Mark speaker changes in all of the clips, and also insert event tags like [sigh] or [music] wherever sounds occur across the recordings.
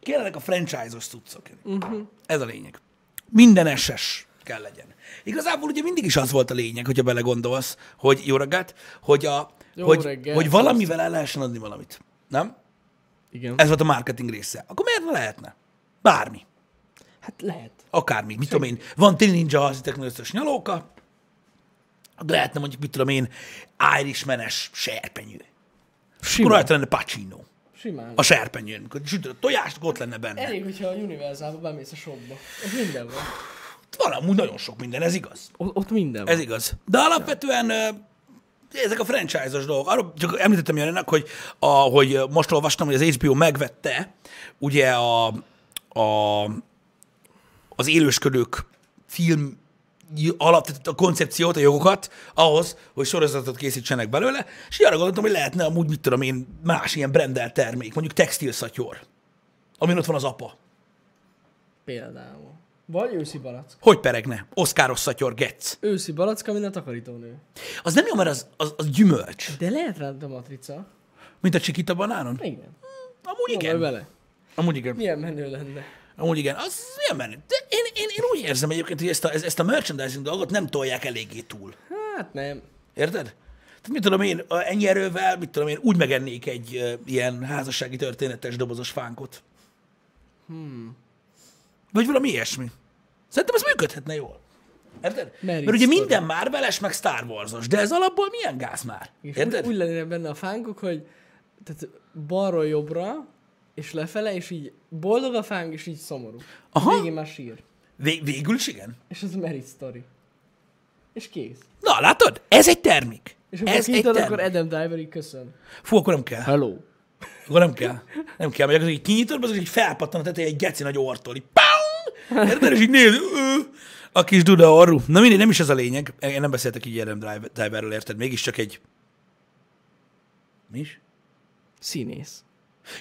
Speaker 1: Kellenek a franchise-os cuccok. Uh-huh. Ez a lényeg. Minden SS kell legyen. Igazából ugye mindig is az volt a lényeg, hogyha belegondolsz, hogy jó reggelt, hogy, a,
Speaker 2: Jó
Speaker 1: hogy,
Speaker 2: reggelt,
Speaker 1: hogy valamivel el lehessen adni valamit. Nem?
Speaker 2: Igen.
Speaker 1: Ez volt a marketing része. Akkor miért ne lehetne? Bármi.
Speaker 2: Hát lehet.
Speaker 1: akármi, mit tudom én, van Tin Ninja Haziteknél összes nyalóka, lehetne mondjuk, mit tudom én, Irishmenes serpenyő. Akkor
Speaker 2: Simán.
Speaker 1: rajta lenne Pacino
Speaker 2: Simán.
Speaker 1: a serpenyőn, amikor sütöd a tojást, akkor ott lenne benne.
Speaker 2: Elég, hogyha a Universalba bemész a shopba. Ott minden van.
Speaker 1: Van amúgy nagyon sok minden, ez igaz.
Speaker 2: Ott, ott minden van.
Speaker 1: Ez igaz. De alapvetően ö, ezek a franchise-os dolgok. Arról csak említettem Jönnek, hogy, a, hogy most olvastam, hogy az HBO megvette ugye a, a az élősködők film alap, tehát a koncepciót, a jogokat ahhoz, hogy sorozatot készítsenek belőle, és így arra gondoltam, hogy lehetne amúgy, mit tudom én, más ilyen brendelt termék, mondjuk textilszatyor, amin ott van az apa.
Speaker 2: Például. Vagy őszi balack.
Speaker 1: Hogy peregne? Oszkáros szatyor, getsz.
Speaker 2: Őszi balack, amin a takarítónő.
Speaker 1: Az nem jó, mert az, az, az gyümölcs,
Speaker 2: De lehet rád a matrica.
Speaker 1: mint a csikita banánon.
Speaker 2: Igen.
Speaker 1: Amúgy
Speaker 2: Igen.
Speaker 1: igen.
Speaker 2: Bele.
Speaker 1: Amúgy igen.
Speaker 2: Milyen menő lenne.
Speaker 1: Amúgy igen. Az milyen menő. De én, én, én úgy érzem egyébként, hogy ezt a, ez- ezt a merchandising dolgot nem tolják eléggé túl.
Speaker 2: Hát nem.
Speaker 1: Érted? Tehát mit tudom én, a- ennyi erővel, mit tudom én, úgy megennék egy ö, ilyen házassági történetes dobozos fánkot. Hmm.
Speaker 2: Hmm.
Speaker 1: Vagy valami ilyesmi. Szerintem ez működhetne jól. Érted?
Speaker 2: Mary
Speaker 1: Mert ugye
Speaker 2: Story.
Speaker 1: minden Marveles, meg Star Warsos, de ez alapból milyen gáz már?
Speaker 2: És
Speaker 1: Érted?
Speaker 2: Úgy, úgy lennének benne a fánkok, hogy tehát balról jobbra, és lefele, és így boldog a fánk, és így szomorú.
Speaker 1: Aha.
Speaker 2: Végén már sír.
Speaker 1: Vé- végül is igen.
Speaker 2: És az merit story. És kész.
Speaker 1: Na, látod? Ez egy termék.
Speaker 2: És ha
Speaker 1: Ez egy
Speaker 2: kinyitod,
Speaker 1: termék.
Speaker 2: akkor Adam Driver így köszön.
Speaker 1: Fú, akkor nem kell.
Speaker 2: Hello.
Speaker 1: Akkor nem kell. Nem kell, mert akkor így kinyitod, az így felpattan a tetején egy geci nagy ortól, így pang! Érted? És így nézd, ö, a kis duda orru. Na mindegy, nem is ez a lényeg. Én nem beszéltek így Adam Driver- Driverről, érted? Mégiscsak egy... Mi is?
Speaker 2: Színész.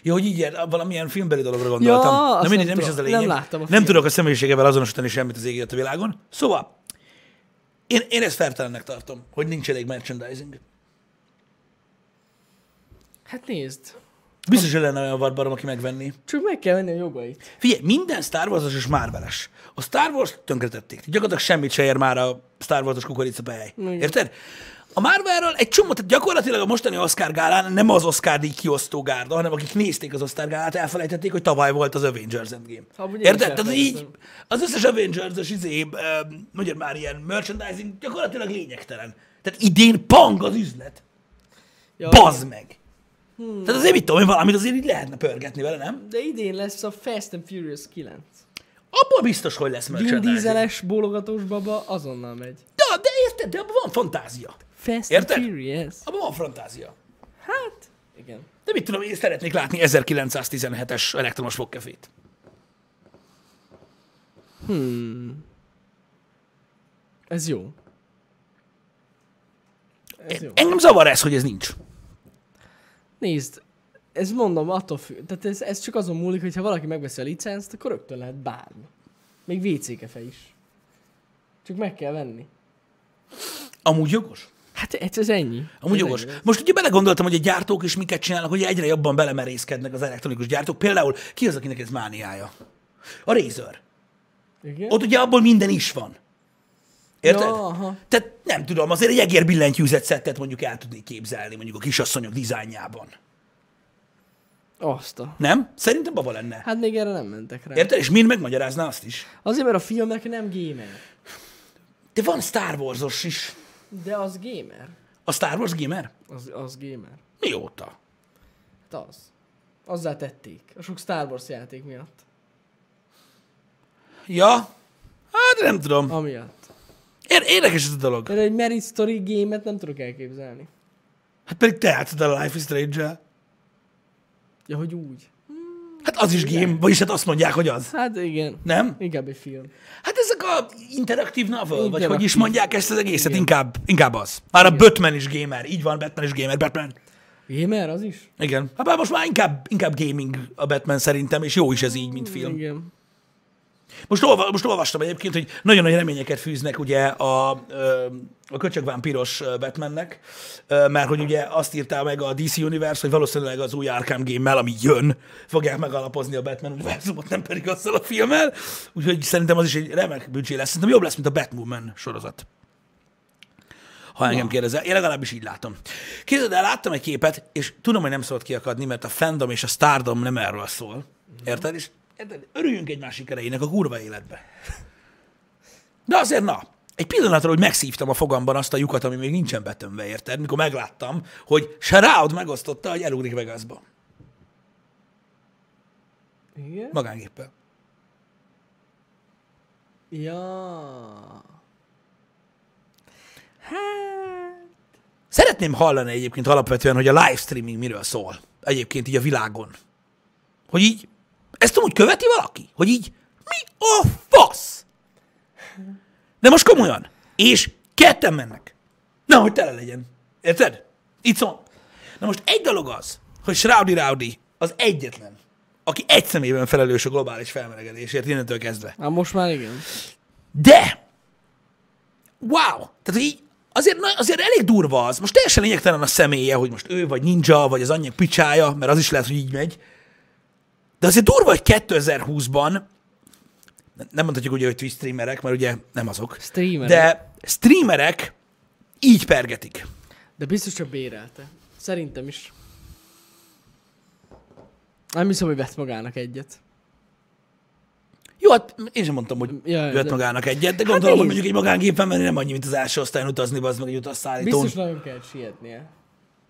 Speaker 1: Ja, hogy így ilyen- valamilyen filmbeli dologra gondoltam.
Speaker 2: Ja, azt
Speaker 1: Na mindegy,
Speaker 2: nem
Speaker 1: nem is ez a
Speaker 2: tudom.
Speaker 1: lényeg.
Speaker 2: Nem láttam a
Speaker 1: nem
Speaker 2: filmet.
Speaker 1: tudok a személyiségevel azonosítani semmit az égélet a világon. Szóval, én, én ezt fertelennek tartom, hogy nincs elég merchandising.
Speaker 2: Hát nézd.
Speaker 1: Biztos, hogy lenne olyan vadbarom, aki megvenné.
Speaker 2: Csak meg kell venni a jogait.
Speaker 1: Figyelj, minden Star Wars-os és Marvel-es. A Star Wars tönkretették. Gyakorlatilag semmit se ér már a Star Wars-os kukoricapehely. Érted? A Marvelről egy csomó, tehát gyakorlatilag a mostani Oscar gálán nem az Oscar díj kiosztó gárda, hanem akik nézték az Oscar gálát, elfelejtették, hogy tavaly volt az Avengers Endgame.
Speaker 2: Amúgy én is
Speaker 1: Érted? Tehát így
Speaker 2: elfelejtettem.
Speaker 1: az összes Avengers-os izé, ö, mondjad már ilyen merchandising gyakorlatilag lényegtelen. Tehát idén pang az üzlet.
Speaker 2: Ja, Hmm.
Speaker 1: Bazd meg! Tehát azért mit tudom én, valamit azért így lehetne pörgetni vele, nem?
Speaker 2: De idén lesz a Fast and Furious 9.
Speaker 1: Abból biztos, hogy lesz
Speaker 2: Vin
Speaker 1: merchandising.
Speaker 2: Dieseles bólogatós baba azonnal megy.
Speaker 1: Ja, de érted, de abban van fantázia.
Speaker 2: Fast
Speaker 1: Érted?
Speaker 2: and Furious.
Speaker 1: Abban van fantázia.
Speaker 2: Hát. Igen.
Speaker 1: De mit tudom, én szeretnék látni 1917-es elektromos fogkefét.
Speaker 2: Ez jó. Ez jó.
Speaker 1: Engem zavar ez, hogy ez nincs.
Speaker 2: Nézd, ez mondom, attól függ. Tehát ez, ez csak azon múlik, hogyha valaki megveszi a licenzt, akkor rögtön lehet bármi. Még WC-kefe is. Csak meg kell venni.
Speaker 1: Amúgy jogos.
Speaker 2: Hát ez, ez ennyi.
Speaker 1: Amúgy
Speaker 2: Ez
Speaker 1: jogos.
Speaker 2: ennyi.
Speaker 1: Most ugye belegondoltam, hogy a gyártók is miket csinálnak, hogy egyre jobban belemerészkednek az elektronikus gyártók. Például ki az, akinek ez mániája? A Razer.
Speaker 2: Igen?
Speaker 1: Ott ugye abból minden is van. Érted?
Speaker 2: Ja, aha.
Speaker 1: Tehát nem tudom, azért egy egér billentyűzet szettet mondjuk el tudnék képzelni mondjuk a kisasszonyok dizájnjában.
Speaker 2: Azt a...
Speaker 1: Nem? Szerintem baba lenne.
Speaker 2: Hát még erre nem mentek rá.
Speaker 1: Érted? És mind megmagyarázná azt is.
Speaker 2: Azért, mert a filmek nem gamer.
Speaker 1: De van Star Wars-os is.
Speaker 2: De az gamer.
Speaker 1: A Star Wars gamer?
Speaker 2: Az, az gamer.
Speaker 1: Mióta?
Speaker 2: Hát az. Azzá tették. A sok Star Wars játék miatt.
Speaker 1: Ja? Hát nem tudom.
Speaker 2: Amiatt.
Speaker 1: Ér- érdekes ez a dolog.
Speaker 2: De egy Merit Story gémet nem tudok elképzelni.
Speaker 1: Hát pedig te játszod el a Life is strange
Speaker 2: Ja, hogy úgy.
Speaker 1: Hát az is game, vagyis hát azt mondják, hogy az.
Speaker 2: Hát igen.
Speaker 1: Nem?
Speaker 2: Inkább egy film.
Speaker 1: Hát ezek a interaktív novel, vagy hogy is
Speaker 2: Interaktív.
Speaker 1: mondják ezt az egészet, inkább, inkább az. Már a Batman is gamer, így van, Batman is gamer, Batman.
Speaker 2: Gamer az is?
Speaker 1: Igen. Hát bár most már inkább, inkább gaming a Batman szerintem, és jó is ez így, mint film.
Speaker 2: Igen.
Speaker 1: Most, olva, most olvastam egyébként, hogy nagyon nagy reményeket fűznek ugye a, ö, a köcsögvámpiros ö, Batmannek, ö, mert hogy ugye azt írta meg a DC Universe, hogy valószínűleg az új Arkham game ami jön, fogják megalapozni a Batman univerzumot, nem pedig azzal a filmmel. Úgyhogy szerintem az is egy remek büdzsé lesz. Szerintem jobb lesz, mint a Batwoman sorozat. Ha engem kérdezel, én legalábbis így látom. Képzeld el, láttam egy képet, és tudom, hogy nem szabad kiakadni, mert a fandom és a stardom nem erről szól. Érted? És érted? örüljünk egymás sikereinek a kurva életbe. De azért na, egy pillanatra, hogy megszívtam a fogamban azt a lyukat, ami még nincsen betömve, érted? Mikor megláttam, hogy Shroud megosztotta, hogy elugrik Vegasba.
Speaker 2: Igen?
Speaker 1: Magángéppel.
Speaker 2: Ja. Hát-
Speaker 1: Szeretném hallani egyébként alapvetően, hogy a live streaming miről szól. Egyébként így a világon. Hogy így, ezt amúgy követi valaki? Hogy így, mi a fasz? De most komolyan. És ketten mennek. Na, hogy tele legyen. Érted? Itt szó. Na most egy dolog az, hogy Shroudi Raudi az egyetlen, aki egy szemében felelős a globális felmelegedésért innentől kezdve.
Speaker 2: Hát most már igen.
Speaker 1: De! Wow! Tehát, hogy így azért, na- azért elég durva az. Most teljesen lényegtelen a személye, hogy most ő vagy ninja, vagy az anyja picsája, mert az is lehet, hogy így megy. De azért durva, hogy 2020-ban, nem mondhatjuk ugye, hogy Twitch streamerek, mert ugye nem azok,
Speaker 2: Streamerek.
Speaker 1: de streamerek így pergetik.
Speaker 2: De biztos, hogy bérelte. Szerintem is. Nem hiszem, hogy vett magának egyet.
Speaker 1: Jó, hát én sem mondtam, hogy
Speaker 2: Ja,
Speaker 1: ja, vett
Speaker 2: de-
Speaker 1: magának egyet, de gondolom, hogy
Speaker 2: nézd.
Speaker 1: mondjuk egy magángépen menni nem annyi, mint az első osztályon utazni, az meg egy utasszállítón.
Speaker 2: Biztos nagyon kell sietnie.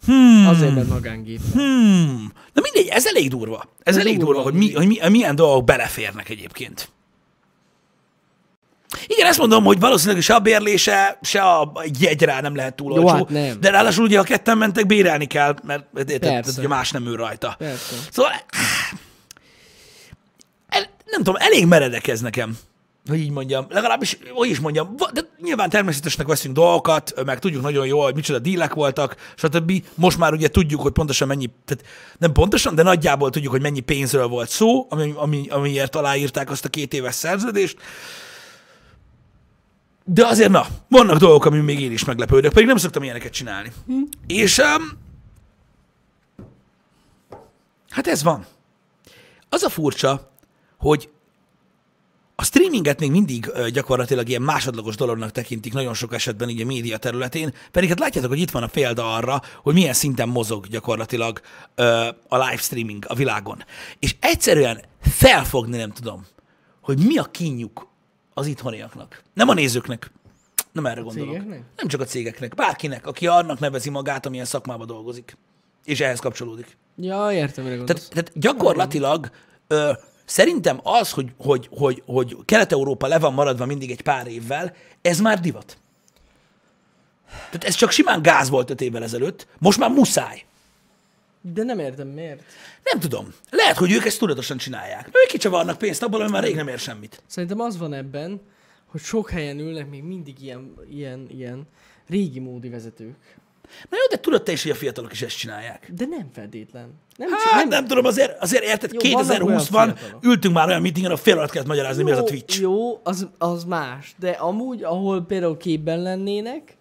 Speaker 2: Hmm. Azért, mert magángép.
Speaker 1: Hmm. Na mindegy, ez elég durva. Ez, elég durva, hogy, mi, hogy mi, milyen dolgok beleférnek egyébként. Igen, ezt mondom, hogy valószínűleg se a bérlése, se a jegy rá nem lehet túl
Speaker 2: Jó,
Speaker 1: olcsó.
Speaker 2: hát nem.
Speaker 1: De ráadásul ugye, ha ketten mentek, bérelni kell, mert érted, tehát,
Speaker 2: Persze.
Speaker 1: ugye más nem ül rajta.
Speaker 2: Persze.
Speaker 1: Szóval, el, nem tudom, elég meredek ez nekem, hogy így mondjam. Legalábbis, hogy is mondjam, va- de nyilván természetesnek veszünk dolgokat, meg tudjuk nagyon jól, hogy micsoda dílek voltak, stb. Most már ugye tudjuk, hogy pontosan mennyi, tehát nem pontosan, de nagyjából tudjuk, hogy mennyi pénzről volt szó, ami, ami, amiért aláírták azt a két éves szerződést. De azért na, vannak dolgok, amin még én is meglepődök, pedig nem szoktam ilyeneket csinálni. És um, hát ez van. Az a furcsa, hogy a streaminget még mindig ö, gyakorlatilag ilyen másodlagos dolognak tekintik nagyon sok esetben így a média területén, pedig hát látjátok, hogy itt van a példa arra, hogy milyen szinten mozog gyakorlatilag ö, a live streaming a világon. És egyszerűen felfogni nem tudom, hogy mi a kínjuk az itthoniaknak. Nem a nézőknek, nem erre gondolok.
Speaker 2: cégeknek?
Speaker 1: Nem csak a cégeknek, bárkinek, aki annak nevezi magát, amilyen szakmába dolgozik, és ehhez kapcsolódik.
Speaker 2: Ja, értem, mire gondolsz.
Speaker 1: Tehát, tehát gyakorlatilag ö, szerintem az, hogy, hogy, hogy, hogy Kelet-Európa le van maradva mindig egy pár évvel, ez már divat. Tehát ez csak simán gáz volt öt évvel ezelőtt, most már muszáj.
Speaker 2: De nem értem, miért?
Speaker 1: Nem tudom. Lehet, hogy ők ezt tudatosan csinálják. Mert ők kicsavarnak pénzt abból, ami már rég nem ér semmit.
Speaker 2: Szerintem az van ebben, hogy sok helyen ülnek még mindig ilyen, ilyen, ilyen régi módi vezetők.
Speaker 1: Na jó, de tudod te is, hogy a fiatalok is ezt csinálják.
Speaker 2: De nem feltétlen. Nem,
Speaker 1: Hát nem, nem tudom, azért, azért érted,
Speaker 2: Jó, vannak olyan
Speaker 1: 2020-ban
Speaker 2: fiatalok.
Speaker 1: ültünk már olyan meetingen, a fél alatt kellett magyarázni, mi az a Twitch.
Speaker 2: Jó, az, az más. De amúgy, ahol például képben lennének,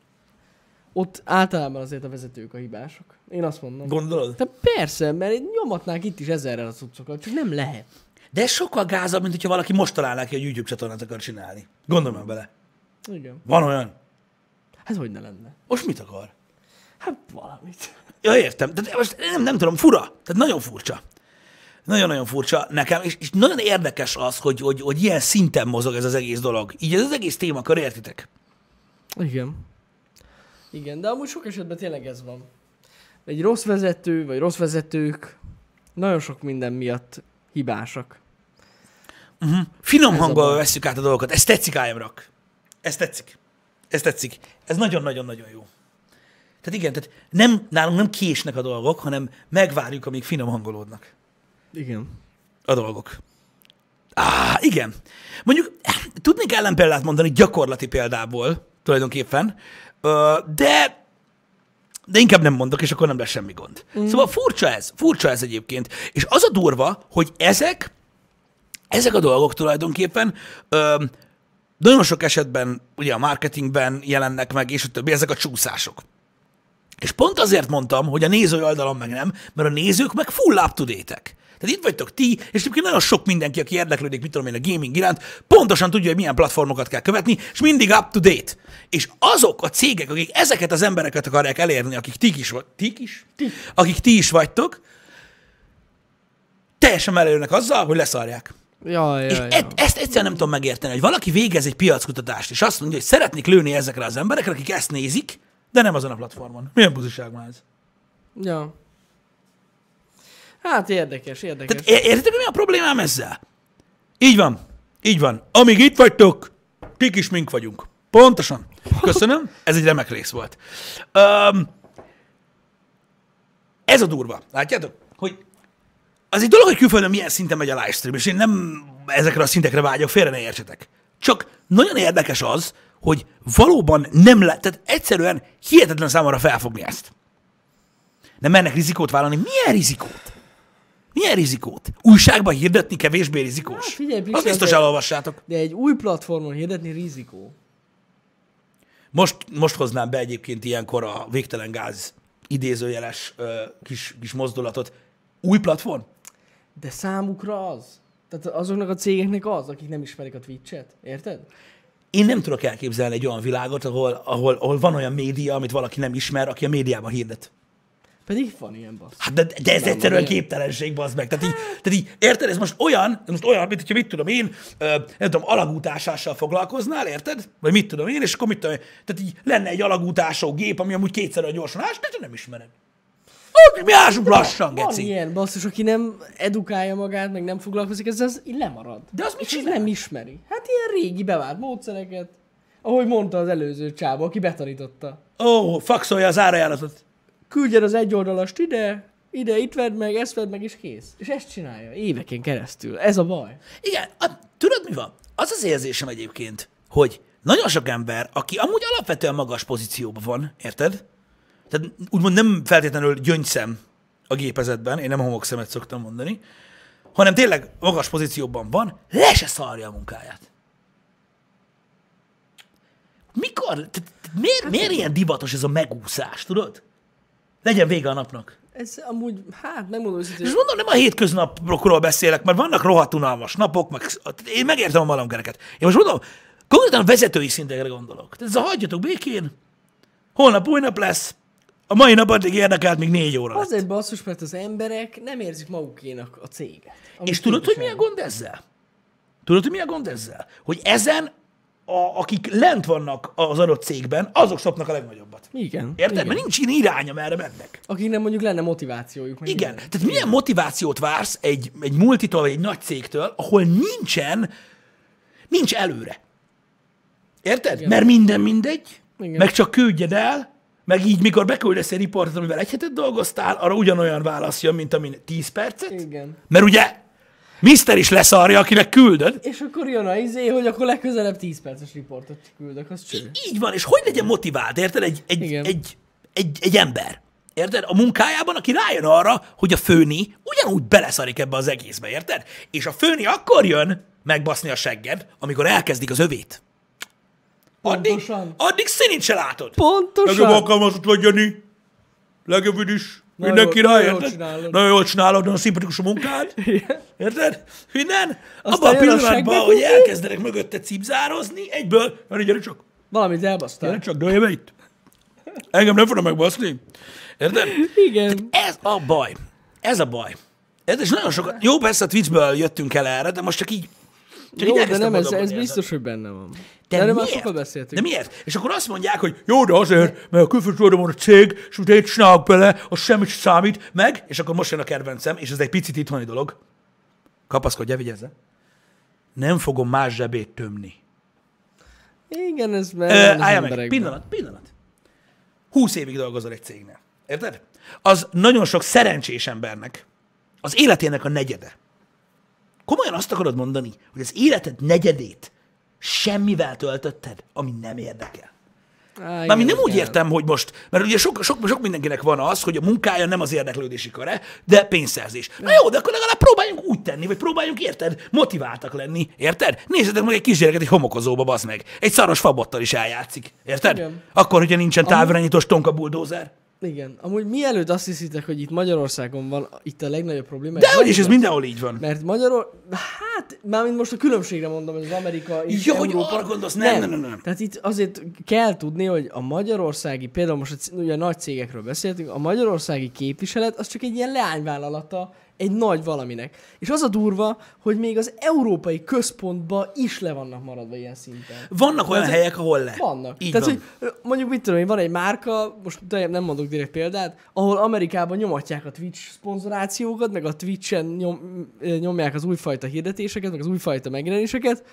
Speaker 2: ott általában azért a vezetők a hibások. Én azt mondom.
Speaker 1: Gondolod?
Speaker 2: De persze, mert én nyomatnák itt is ezerrel a cuccokat, csak nem lehet.
Speaker 1: De ez sokkal gázabb, mint hogyha valaki most találná ki, hogy YouTube csatornát akar csinálni. Gondolom bele.
Speaker 2: Igen.
Speaker 1: Van olyan.
Speaker 2: Hát hogy ne lenne?
Speaker 1: Most mit akar?
Speaker 2: Hát valamit.
Speaker 1: Ja, értem. De most nem, nem tudom, fura. Tehát nagyon furcsa. Nagyon-nagyon furcsa nekem, és, és nagyon érdekes az, hogy, hogy, hogy ilyen szinten mozog ez az egész dolog. Így ez az egész témakör, értitek?
Speaker 2: Igen. Igen, de amúgy sok esetben tényleg ez van. Egy rossz vezető, vagy rossz vezetők nagyon sok minden miatt hibásak.
Speaker 1: Finom
Speaker 2: a
Speaker 1: hanggal
Speaker 2: baj.
Speaker 1: vesszük át a dolgokat. Ez tetszik, ájamrak. Ez tetszik. Ez tetszik. Ez nagyon-nagyon-nagyon jó. Tehát igen, tehát nem, nálunk nem késnek a dolgok, hanem megvárjuk, amíg finom hangolódnak.
Speaker 2: Igen.
Speaker 1: a dolgok. Á, igen. Mondjuk tudnék ellenpéldát mondani gyakorlati példából tulajdonképpen, ö, de de inkább nem mondok, és akkor nem lesz semmi gond. Mm. Szóval furcsa ez, furcsa ez egyébként. És az a durva, hogy ezek Ezek a dolgok tulajdonképpen ö, nagyon sok esetben ugye a marketingben jelennek meg, és a többi, ezek a csúszások. És pont azért mondtam, hogy a nézői oldalon meg nem, mert a nézők meg full up to date-ek. Tehát itt vagytok ti, és egyébként nagyon sok mindenki, aki érdeklődik, mit tudom én, a gaming iránt, pontosan tudja, hogy milyen platformokat kell követni, és mindig up to date. És azok a cégek, akik ezeket az embereket akarják elérni, akik ti is, vagy, ti is? Ti. akik ti is vagytok, teljesen előnek azzal, hogy leszarják.
Speaker 2: Jaj,
Speaker 1: És
Speaker 2: jaj, jaj.
Speaker 1: e- ezt egyszerűen nem tudom megérteni, hogy valaki végez egy piackutatást, és azt mondja, hogy szeretnék lőni ezekre az emberekre, akik ezt nézik, de nem azon a platformon. Milyen buziság már ez?
Speaker 2: Ja. Hát érdekes, érdekes.
Speaker 1: Tehát é- értitek, hogy mi a problémám ezzel? Így van. Így van. Amíg itt vagytok, kik is mink vagyunk. Pontosan. Köszönöm. Ez egy remek rész volt. Um, ez a durva. Látjátok? Hogy az egy dolog, hogy külföldön milyen szinten megy a livestream, és én nem ezekre a szintekre vágyok, félre ne értsetek. Csak nagyon érdekes az, hogy valóban nem lehet, tehát egyszerűen hihetetlen számomra felfogni ezt. Nem mernek rizikót vállalni. Milyen rizikót? Milyen rizikót? Újságban hirdetni kevésbé rizikós?
Speaker 2: Hát figyelj, Pisi,
Speaker 1: Azt biztos
Speaker 2: azért-
Speaker 1: elolvassátok.
Speaker 2: De egy új platformon hirdetni rizikó.
Speaker 1: Most, most hoznám be egyébként ilyenkor a végtelen gáz idézőjeles ö, kis, kis mozdulatot. Új platform?
Speaker 2: De számukra az. Tehát azoknak a cégeknek az, akik nem ismerik a Twitch-et. Érted?
Speaker 1: Én nem tudok elképzelni egy olyan világot, ahol, ahol, ahol van olyan média, amit valaki nem ismer, aki a médiában hirdet.
Speaker 2: Pedig van ilyen bassz.
Speaker 1: Hát de, de ez
Speaker 2: Nem,
Speaker 1: egyszerűen
Speaker 2: nem.
Speaker 1: képtelenség, bazd meg. Tehát így, tehát így, érted, ez most olyan, ez most olyan, mint hogyha mit tudom én, ö, nem tudom, alagútásással foglalkoznál, érted? Vagy mit tudom én, és akkor mit tudom én, tehát így lenne egy alagútásó gép, ami amúgy kétszer olyan gyorsan ás, de te nem ismered. Úgy, mi ásunk lassan,
Speaker 2: Van
Speaker 1: geci.
Speaker 2: ilyen basszus, aki nem edukálja magát, meg nem foglalkozik, ezzel az így lemarad.
Speaker 1: De az mit
Speaker 2: És az
Speaker 1: csinál?
Speaker 2: nem ismeri. Hát ilyen régi bevált módszereket. Ahogy mondta az előző csába, aki betanította.
Speaker 1: Ó, faxolja az árajánlatot.
Speaker 2: Küldjen az egyoldalas ide, ide, itt vedd meg, ezt vedd meg, és kész. És ezt csinálja éveken keresztül. Ez a baj.
Speaker 1: Igen, a, tudod mi van? Az az érzésem egyébként, hogy nagyon sok ember, aki amúgy alapvetően magas pozícióban van, érted? Tehát úgymond nem feltétlenül gyöngyszem a gépezetben, én nem homokszemet szoktam mondani, hanem tényleg magas pozícióban van, le se szarja a munkáját. Mikor? Te, te, miért, miért ilyen divatos ez a megúszás, tudod? Legyen vége a napnak.
Speaker 2: Ez amúgy, hát megmondom őszintén,
Speaker 1: És mondom, nem a hétköznapokról beszélek, mert vannak rohadt unalmas napok, meg én megértem a malomkereket. Én most mondom, konkrétan vezetői szintekre gondolok. Tehát ez a hagyjatok békén, holnap új nap lesz, a mai nap addig érnek át, még négy óra. Lett.
Speaker 2: azért basszus, mert az emberek nem érzik magukénak a céget. amit
Speaker 1: És tudod, hogy mi a
Speaker 2: képviselnek.
Speaker 1: gond ezzel? Tudod, hogy mi a gond ezzel? Hogy ezen, a, akik lent vannak az adott cégben, azok szopnak a legnagyobbat.
Speaker 2: Igen.
Speaker 1: Érted?
Speaker 2: Igen.
Speaker 1: Mert nincs ilyen irány, amerre mennek.
Speaker 2: Akiknek mondjuk lenne motivációjuk. meg
Speaker 1: Igen.
Speaker 2: minden.
Speaker 1: Tehát milyen motivációt vársz egy, egy multitól, vagy egy nagy cégtől, ahol nincsen, nincs előre. Érted? Igen. Mert minden mindegy, Igen.
Speaker 2: Igen.
Speaker 1: meg csak küldjed el, meg így, mikor beküldesz egy riportot, amivel egy hetet dolgoztál, arra ugyanolyan válasz jön, mint amin 10 percet.
Speaker 2: Igen.
Speaker 1: Mert ugye, Mister is leszarja, akinek küldöd.
Speaker 2: És akkor jön a izé, hogy akkor legközelebb 10 perces riportot küldök, az cső.
Speaker 1: Így van, és hogy legyen motivált, érted? Egy, egy,
Speaker 2: Igen.
Speaker 1: egy, egy, egy ember. Érted? A munkájában, aki rájön arra, hogy a főni ugyanúgy beleszarik ebbe az egészbe, érted? És a főni akkor jön megbaszni a segged, amikor elkezdik az övét. Addig,
Speaker 2: Pontosan.
Speaker 1: addig színint se látod. Legjobb
Speaker 2: Pontosan.
Speaker 1: alkalmazott vagy, Jani. Legjobb is.
Speaker 2: Nagyon-
Speaker 1: Mindenki
Speaker 2: nagyon
Speaker 1: rá,
Speaker 2: jól
Speaker 1: érted?
Speaker 2: csinálod.
Speaker 1: Nagyon jól csinálod, nagyon szimpatikus a
Speaker 2: [laughs]
Speaker 1: munkád. Érted? Minden? Abban a
Speaker 2: jön a
Speaker 1: pillanatban,
Speaker 2: segbek,
Speaker 1: hogy
Speaker 2: ugye?
Speaker 1: elkezdenek mögötte cipzározni, egyből, Jani, gyere csak.
Speaker 2: Valamit
Speaker 1: Gyere
Speaker 2: elbasztál.
Speaker 1: csak, dőlj be itt. Engem nem fognak megbaszni. Érted?
Speaker 2: Igen.
Speaker 1: Ez a baj. Ez a baj. Érted? És nagyon sokat... Jó, persze a Twitchből jöttünk el erre, de most csak így... Csak
Speaker 2: Jó,
Speaker 1: így
Speaker 2: de
Speaker 1: elkezdtem
Speaker 2: nem, ez, ez
Speaker 1: gondolkodni ezen.
Speaker 2: biztos, hogy benne van.
Speaker 1: De
Speaker 2: Erről már
Speaker 1: miért?
Speaker 2: sokat
Speaker 1: De
Speaker 2: beszéltünk.
Speaker 1: miért? És akkor azt mondják, hogy jó, de azért, mert a külföldről van a cég, és utána itt csinálok bele, az semmit sem számít, meg, és akkor most jön a kedvencem, és ez egy picit itthoni dolog. Kapaszkodj, vigyázze. Nem fogom más zsebét tömni.
Speaker 2: Igen, ez már
Speaker 1: Ö,
Speaker 2: van az
Speaker 1: Álljál meg,
Speaker 2: emberekben.
Speaker 1: pillanat, pillanat. Húsz évig dolgozol egy cégnél. Érted? Az nagyon sok szerencsés embernek az életének a negyede. Komolyan azt akarod mondani, hogy az életed negyedét semmivel töltötted, ami nem érdekel.
Speaker 2: Á, igen,
Speaker 1: Mármint nem úgy
Speaker 2: igen.
Speaker 1: értem, hogy most, mert ugye sok, sok, sok mindenkinek van az, hogy a munkája nem az érdeklődési köre, de pénzszerzés. Na jó, de akkor legalább próbáljunk úgy tenni, vagy próbáljunk, érted, motiváltak lenni, érted? Nézzetek meg egy kisgyereket egy homokozóba, bazd meg. Egy szaros fabottal is eljátszik, érted?
Speaker 2: Igen.
Speaker 1: Akkor, hogyha nincsen távirányítós tonka buldózer.
Speaker 2: Igen. Amúgy mielőtt azt hiszitek, hogy itt Magyarországon van itt a legnagyobb probléma.
Speaker 1: De hogy is
Speaker 2: Magyarország-
Speaker 1: ez mindenhol így van.
Speaker 2: Mert Magyaror... Hát, mármint most a különbségre mondom, ez az Amerika és
Speaker 1: Ja, hogy
Speaker 2: Európa.
Speaker 1: arra gondolsz, nem, nem, nem, nem.
Speaker 2: Tehát itt azért kell tudni, hogy a magyarországi, például most a c- ugye a nagy cégekről beszéltünk, a magyarországi képviselet az csak egy ilyen leányvállalata egy nagy valaminek. És az a durva, hogy még az európai központba is le vannak maradva ilyen szinten.
Speaker 1: Vannak olyan helyek, ahol le.
Speaker 2: Vannak.
Speaker 1: Így
Speaker 2: Tehát,
Speaker 1: van.
Speaker 2: hogy ö, mondjuk mit tudom én, van egy márka, most tényleg nem mondok direkt példát, ahol Amerikában nyomatják a Twitch szponzorációkat, meg a Twitch-en nyom, ö, nyomják az újfajta hirdetéseket, meg az újfajta megjelenéseket,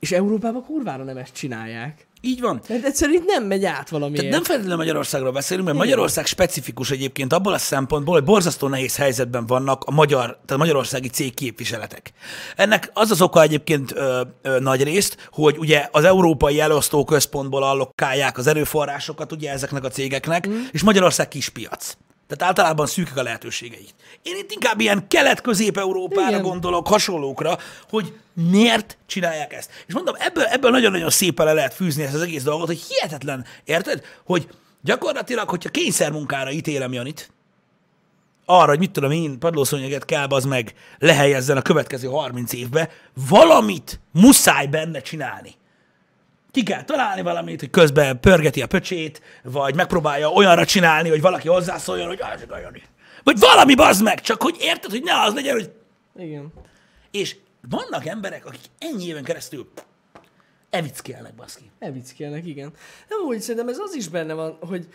Speaker 2: és Európában kurvára nem ezt csinálják.
Speaker 1: Így van.
Speaker 2: Mert egyszerűen itt nem megy át valamiért.
Speaker 1: Tehát nem feltétlenül Magyarországról beszélünk, mert Magyarország specifikus egyébként abból a szempontból, hogy borzasztó nehéz helyzetben vannak a magyar, tehát a magyarországi cégképviseletek. Ennek az az oka egyébként ö, ö, nagy részt, hogy ugye az európai elosztó központból allokálják az erőforrásokat ugye ezeknek a cégeknek, mm. és Magyarország kis piac. Tehát általában szűkek a lehetőségeik. Én itt inkább ilyen kelet-közép-európára
Speaker 2: Igen.
Speaker 1: gondolom, gondolok hasonlókra, hogy miért csinálják ezt. És mondom, ebből, ebből nagyon-nagyon szépen le lehet fűzni ezt az egész dolgot, hogy hihetetlen, érted? Hogy gyakorlatilag, hogyha kényszermunkára ítélem Janit, arra, hogy mit tudom én, padlószőnyeget kell az meg lehelyezzen a következő 30 évbe, valamit muszáj benne csinálni ki kell találni valamit, hogy közben pörgeti a pöcsét, vagy megpróbálja olyanra csinálni, hogy valaki hozzászóljon, hogy az a Jani. Vagy valami bazd meg, csak hogy érted, hogy ne az legyen, hogy...
Speaker 2: Igen.
Speaker 1: És vannak emberek, akik ennyi éven keresztül evickelnek, baszki.
Speaker 2: Ne viccelnek, igen. Nem úgy, szerintem ez az is benne van, hogy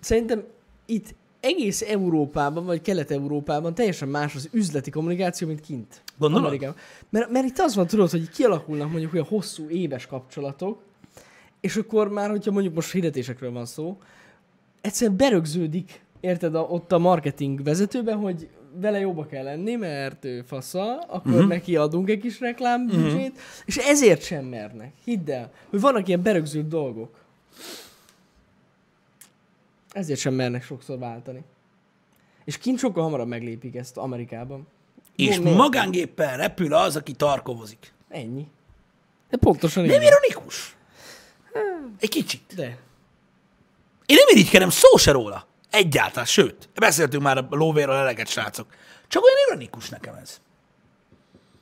Speaker 2: szerintem itt egész Európában, vagy Kelet-Európában teljesen más az üzleti kommunikáció, mint kint.
Speaker 1: Gondolod?
Speaker 2: Amerikában. Mert, mert itt az van, tudod, hogy kialakulnak mondjuk olyan hosszú éves kapcsolatok, és akkor már, hogyha mondjuk most hirdetésekről van szó, egyszerűen berögződik, érted, a, ott a marketing vezetőben, hogy vele jóba kell lenni, mert ő fasza, akkor uh-huh. neki adunk egy kis reklámbüdzsét, uh-huh. és ezért sem mernek. Hidd el, hogy vannak ilyen berögzült dolgok. Ezért sem mernek sokszor váltani. És kint sokkal hamarabb meglépik ezt Amerikában.
Speaker 1: És
Speaker 2: Jó, miért?
Speaker 1: magángéppel repül az, aki tarkovozik.
Speaker 2: Ennyi. De pontosan
Speaker 1: Nem
Speaker 2: így.
Speaker 1: ironikus? Egy kicsit.
Speaker 2: De.
Speaker 1: Én nem irigykedem, szó se róla. Egyáltalán, sőt, beszéltünk már a lóvéről eleget, srácok. Csak olyan ironikus nekem ez.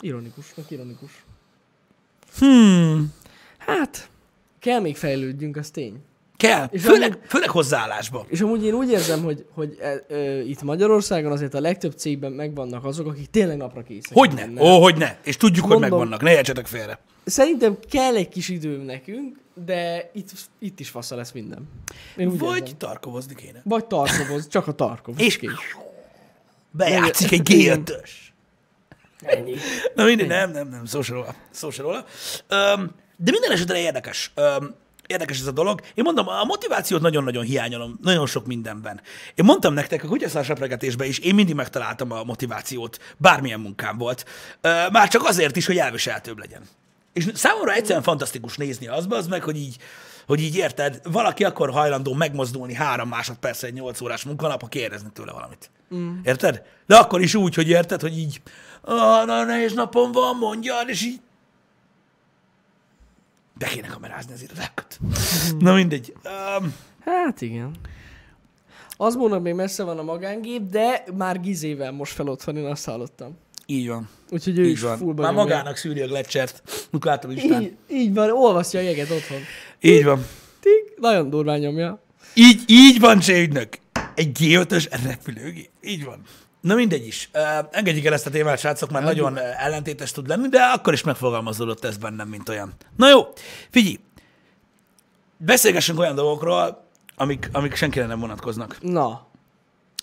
Speaker 2: Ironikusnak ironikus. Hmm. Hát, kell még fejlődjünk, az tény.
Speaker 1: Kell.
Speaker 2: És
Speaker 1: Főleg, főleg hozzáállásban.
Speaker 2: És amúgy én úgy érzem, hogy, hogy e, e, itt Magyarországon azért a legtöbb cégben megvannak azok, akik tényleg napra készek.
Speaker 1: Hogyne?
Speaker 2: mindennel.
Speaker 1: Ó, hogyne. És tudjuk, hogy
Speaker 2: Mondom.
Speaker 1: megvannak. Ne értsetek félre.
Speaker 2: Szerintem kell egy kis idő nekünk, de itt, itt is fasza lesz minden. Én úgy
Speaker 1: Vagy
Speaker 2: Érzem.
Speaker 1: tarkovozni kéne.
Speaker 2: Vagy tarkovoz, csak a tarkovoz.
Speaker 1: És
Speaker 2: kész.
Speaker 1: bejátszik egy
Speaker 2: Igen.
Speaker 1: G5-ös.
Speaker 2: Ennyi.
Speaker 1: Na mindig, nem, nem, nem, szó se róla. Szó se róla. Öm, de minden esetre érdekes. Öm, érdekes ez a dolog. Én mondom, a motivációt nagyon-nagyon hiányolom, nagyon sok mindenben. Én mondtam nektek, a kutyaszár sepregetésben is, én mindig megtaláltam a motivációt, bármilyen munkám volt. Ö, már csak azért is, hogy elviselhetőbb legyen. És számomra egyszerűen fantasztikus nézni az, az meg, hogy így, hogy így érted, valaki akkor hajlandó megmozdulni három másodperc egy nyolc órás munkanap, ha kérdezni tőle valamit. Mm. Érted? De akkor is úgy, hogy érted, hogy így, "Ah, na nehéz napom van, mondjad, és így be kéne kamerázni az irodákat.
Speaker 2: Mm.
Speaker 1: Na mindegy. Um,
Speaker 2: Hát igen. Az mondom, még messze van a magángép, de már Gizével most fel otthon, én azt hallottam.
Speaker 1: így van.
Speaker 2: Úgyhogy ő
Speaker 1: Így
Speaker 2: is
Speaker 1: van.
Speaker 2: fullba
Speaker 1: Már
Speaker 2: nyomja.
Speaker 1: magának szűri a glecsert. Mikor látom Isten.
Speaker 2: Így, így van, olvasztja a jeget otthon.
Speaker 1: Így van.
Speaker 2: Tik, nagyon durván nyomja.
Speaker 1: Így, így van, Cseh ügynök. Egy G5-ös repülőgép. Így van. Na mindegy is. Uh, engedjék el ezt a témát, srácok, már nagyon ö, ellentétes tud lenni, de akkor is megfogalmazódott ez bennem, mint olyan. Na jó, figyelj. Beszélgessünk olyan dolgokról, amik, amik senkire nem vonatkoznak.
Speaker 2: Na,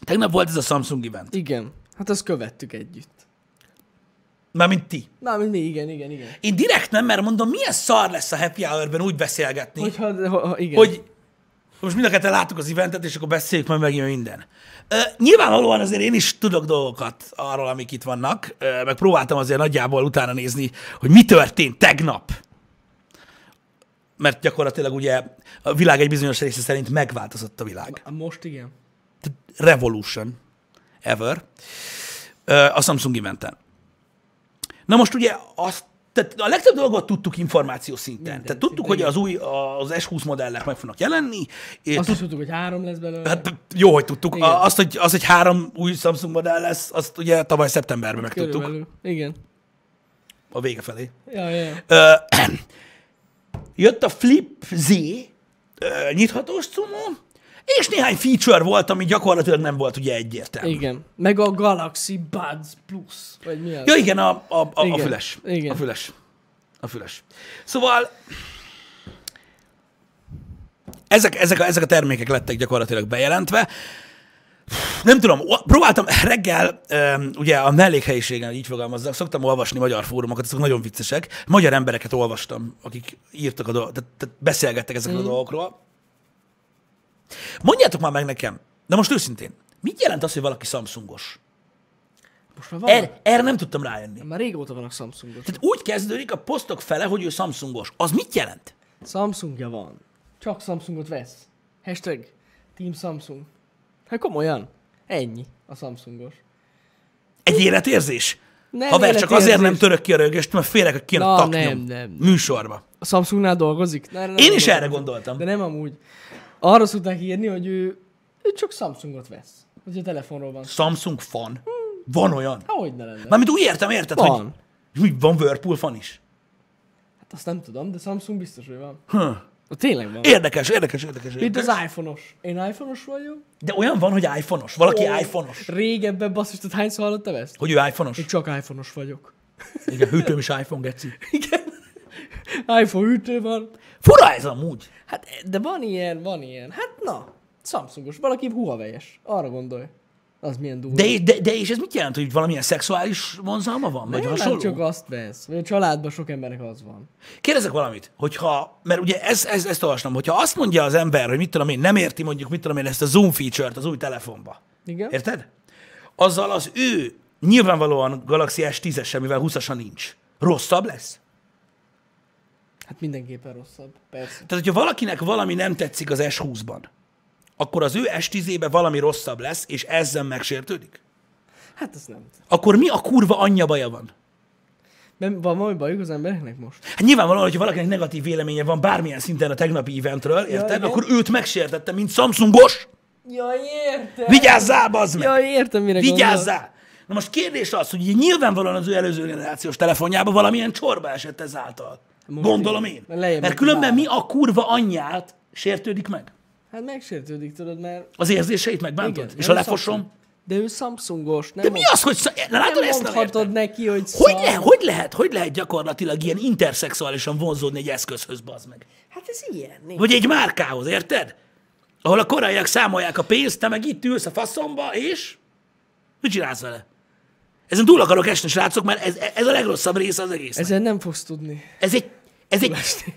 Speaker 1: Tegnap volt ez a Samsung event.
Speaker 2: igen. Hát azt követtük együtt.
Speaker 1: Mármint ti.
Speaker 2: Na, mi, mi, igen, igen, igen.
Speaker 1: Én direkt nem, mert mondom, milyen szar lesz a happy hour-ben úgy beszélgetni, hogy,
Speaker 2: Hogyha, ha, ha, igen.
Speaker 1: hogy most mind a ketten láttuk az eventet, és akkor beszéljük, majd megjön minden. Ö, nyilvánvalóan azért én is tudok dolgokat arról, amik itt vannak, ö, meg próbáltam azért nagyjából utána nézni, hogy mi történt tegnap mert gyakorlatilag ugye a világ egy bizonyos része szerint megváltozott a világ.
Speaker 2: Hát Most igen.
Speaker 1: Revolution ever ö, a Samsung inventen. Na most ugye azt, tehát a legtöbb dolgot tudtuk információ szinten.
Speaker 2: Minden
Speaker 1: tehát tudtuk,
Speaker 2: szinten,
Speaker 1: hogy az új, az S20 modellek meg fognak jelenni, és
Speaker 2: Azt is tudtuk, hogy három lesz belőle.
Speaker 1: Hát jó, hogy tudtuk.
Speaker 2: Igen.
Speaker 1: A- Azt, hogy, az, hogy három új Samsung modell lesz, azt ugye tavaly szeptemberben megtudtuk,
Speaker 2: Körülbelül. Igen.
Speaker 1: a vége felé.
Speaker 2: Ja, ja, ja.
Speaker 1: Ö, jött a Flip Z ö, nyithatós cumó, és néhány feature volt, ami gyakorlatilag nem volt ugye egyértelmű. Igen.
Speaker 2: Igen. Meg a Galaxy Buds Plus, vagy mi az?
Speaker 1: Ja, igen, a, a, a, igen.
Speaker 2: Igen.
Speaker 1: a füles.
Speaker 2: Igen.
Speaker 1: A füles. A füles. Szóval ezek, ezek, a, ezek a termékek lettek gyakorlatilag bejelentve. Nem tudom, o- próbáltam reggel, öm, ugye a mellékhelyiségen, így fogalmazzak, szoktam olvasni magyar fórumokat, azok nagyon viccesek. Magyar embereket olvastam, akik írtak a dolgokról, tehát, tehát beszélgettek ezekről a dolgokról. Mondjátok már meg nekem, de most őszintén, mit jelent az, hogy valaki Samsungos?
Speaker 2: Most már van.
Speaker 1: Erre, Hát- erre nem tudtam rájönni.
Speaker 2: Már régóta vannak Samsungok.
Speaker 1: Tehát úgy kezdődik a posztok fele, hogy ő Samsungos. Az mit jelent?
Speaker 2: Samsungja van. Csak Samsungot vesz. Hashtag Team Samsung. Hát komolyan. Ennyi a Samsungos.
Speaker 1: Egy életérzés?
Speaker 2: Nem
Speaker 1: Haver, csak azért nem
Speaker 2: életérzés.
Speaker 1: török ki a rögést, mert félek, hogy kijön a
Speaker 2: Na,
Speaker 1: taknyom
Speaker 2: nem, nem, nem.
Speaker 1: műsorba.
Speaker 2: A Samsungnál dolgozik? Nem, nem
Speaker 1: Én is
Speaker 2: dolgozik.
Speaker 1: erre gondoltam.
Speaker 2: De nem amúgy. Arra szokták írni, hogy ő, ő csak Samsungot vesz. Hogy a telefonról van. szó.
Speaker 1: Samsung fan? Van olyan?
Speaker 2: Ahogy ne lenne.
Speaker 1: Mármint úgy értem, érted,
Speaker 2: Van.
Speaker 1: hogy... Hogy van Whirlpool fan is?
Speaker 2: Hát azt nem tudom, de Samsung biztos, hogy van.
Speaker 1: Hm.
Speaker 2: A tényleg van.
Speaker 1: Érdekes, érdekes, érdekes.
Speaker 2: Mint
Speaker 1: érdekes.
Speaker 2: az iPhone-os. Én iPhone-os vagyok.
Speaker 1: De olyan van, hogy iPhone-os. Valaki
Speaker 2: Ó,
Speaker 1: iPhone-os.
Speaker 2: Régebben basszus, tehát hányszor hallottam ezt?
Speaker 1: Hogy ő iPhone-os.
Speaker 2: Én csak iPhone-os vagyok.
Speaker 1: Igen, hűtőm is iPhone, geci.
Speaker 2: iPhone hűtő van.
Speaker 1: Fura ez amúgy.
Speaker 2: Hát, de van ilyen, van ilyen. Hát na, Samsungos, valaki Huawei-es. Arra gondolj. Az milyen durva.
Speaker 1: De, de, de, és ez mit jelent, hogy valamilyen szexuális vonzalma van? Vagy
Speaker 2: nem, nem
Speaker 1: hasonló?
Speaker 2: csak azt vesz. Vagy a családban sok embernek az van.
Speaker 1: Kérdezek valamit, hogyha, mert ugye ez, ez, ezt olvasnom, hogyha azt mondja az ember, hogy mit tudom én, nem érti mondjuk, mit tudom én, ezt a zoom feature-t az új telefonba.
Speaker 2: Igen?
Speaker 1: Érted? Azzal az ő nyilvánvalóan Galaxy S10-es, mivel 20-asa nincs. Rosszabb lesz?
Speaker 2: Hát mindenképpen rosszabb, persze.
Speaker 1: Tehát, hogyha valakinek valami nem tetszik az S20-ban, akkor az ő S10-ébe valami rosszabb lesz, és ezzel megsértődik?
Speaker 2: Hát ez nem.
Speaker 1: Akkor mi a kurva anyja baja van?
Speaker 2: Nem van valami bajuk az embereknek most?
Speaker 1: Hát nyilvánvalóan, hogyha valakinek negatív véleménye van bármilyen szinten a tegnapi eventről, érted?
Speaker 2: igen.
Speaker 1: akkor őt megsértette, mint Samsungos!
Speaker 2: Ja, értem!
Speaker 1: Vigyázzál, bazd meg!
Speaker 2: Ja, értem, mire gondolsz.
Speaker 1: Vigyázzál! Na most kérdés az, hogy ugye nyilvánvalóan az ő előző generációs telefonjába valamilyen csorba esett ezáltal.
Speaker 2: Most
Speaker 1: Gondolom
Speaker 2: igen.
Speaker 1: én.
Speaker 2: Mert lejjebb
Speaker 1: Mert
Speaker 2: ment
Speaker 1: különben
Speaker 2: a
Speaker 1: mi a kurva anyját sértődik meg?
Speaker 2: Hát megsértődik, tudod, mert...
Speaker 1: Az érzéseit megbántod?
Speaker 2: Igen,
Speaker 1: és
Speaker 2: nem
Speaker 1: a lefosom?
Speaker 2: Samsung. De ő Samsungos, nem
Speaker 1: De mi az, hogy... Sz- Na, látod,
Speaker 2: nem
Speaker 1: ezt nem értem.
Speaker 2: mondhatod neki, hogy
Speaker 1: Hogy,
Speaker 2: szar.
Speaker 1: le, hogy, lehet, hogy lehet gyakorlatilag ilyen interszexuálisan vonzódni egy eszközhöz, bazd meg?
Speaker 2: Hát ez ilyen. né?
Speaker 1: Vagy egy márkához, érted? Ahol a koraiak számolják a pénzt, te meg itt ülsz a faszomba, és? Mit csinálsz vele? Ezen túl akarok esni, srácok, mert ez, ez a legrosszabb része az egész. Ez,
Speaker 2: Ezen nem fogsz tudni.
Speaker 1: ez, egy, ez, egy,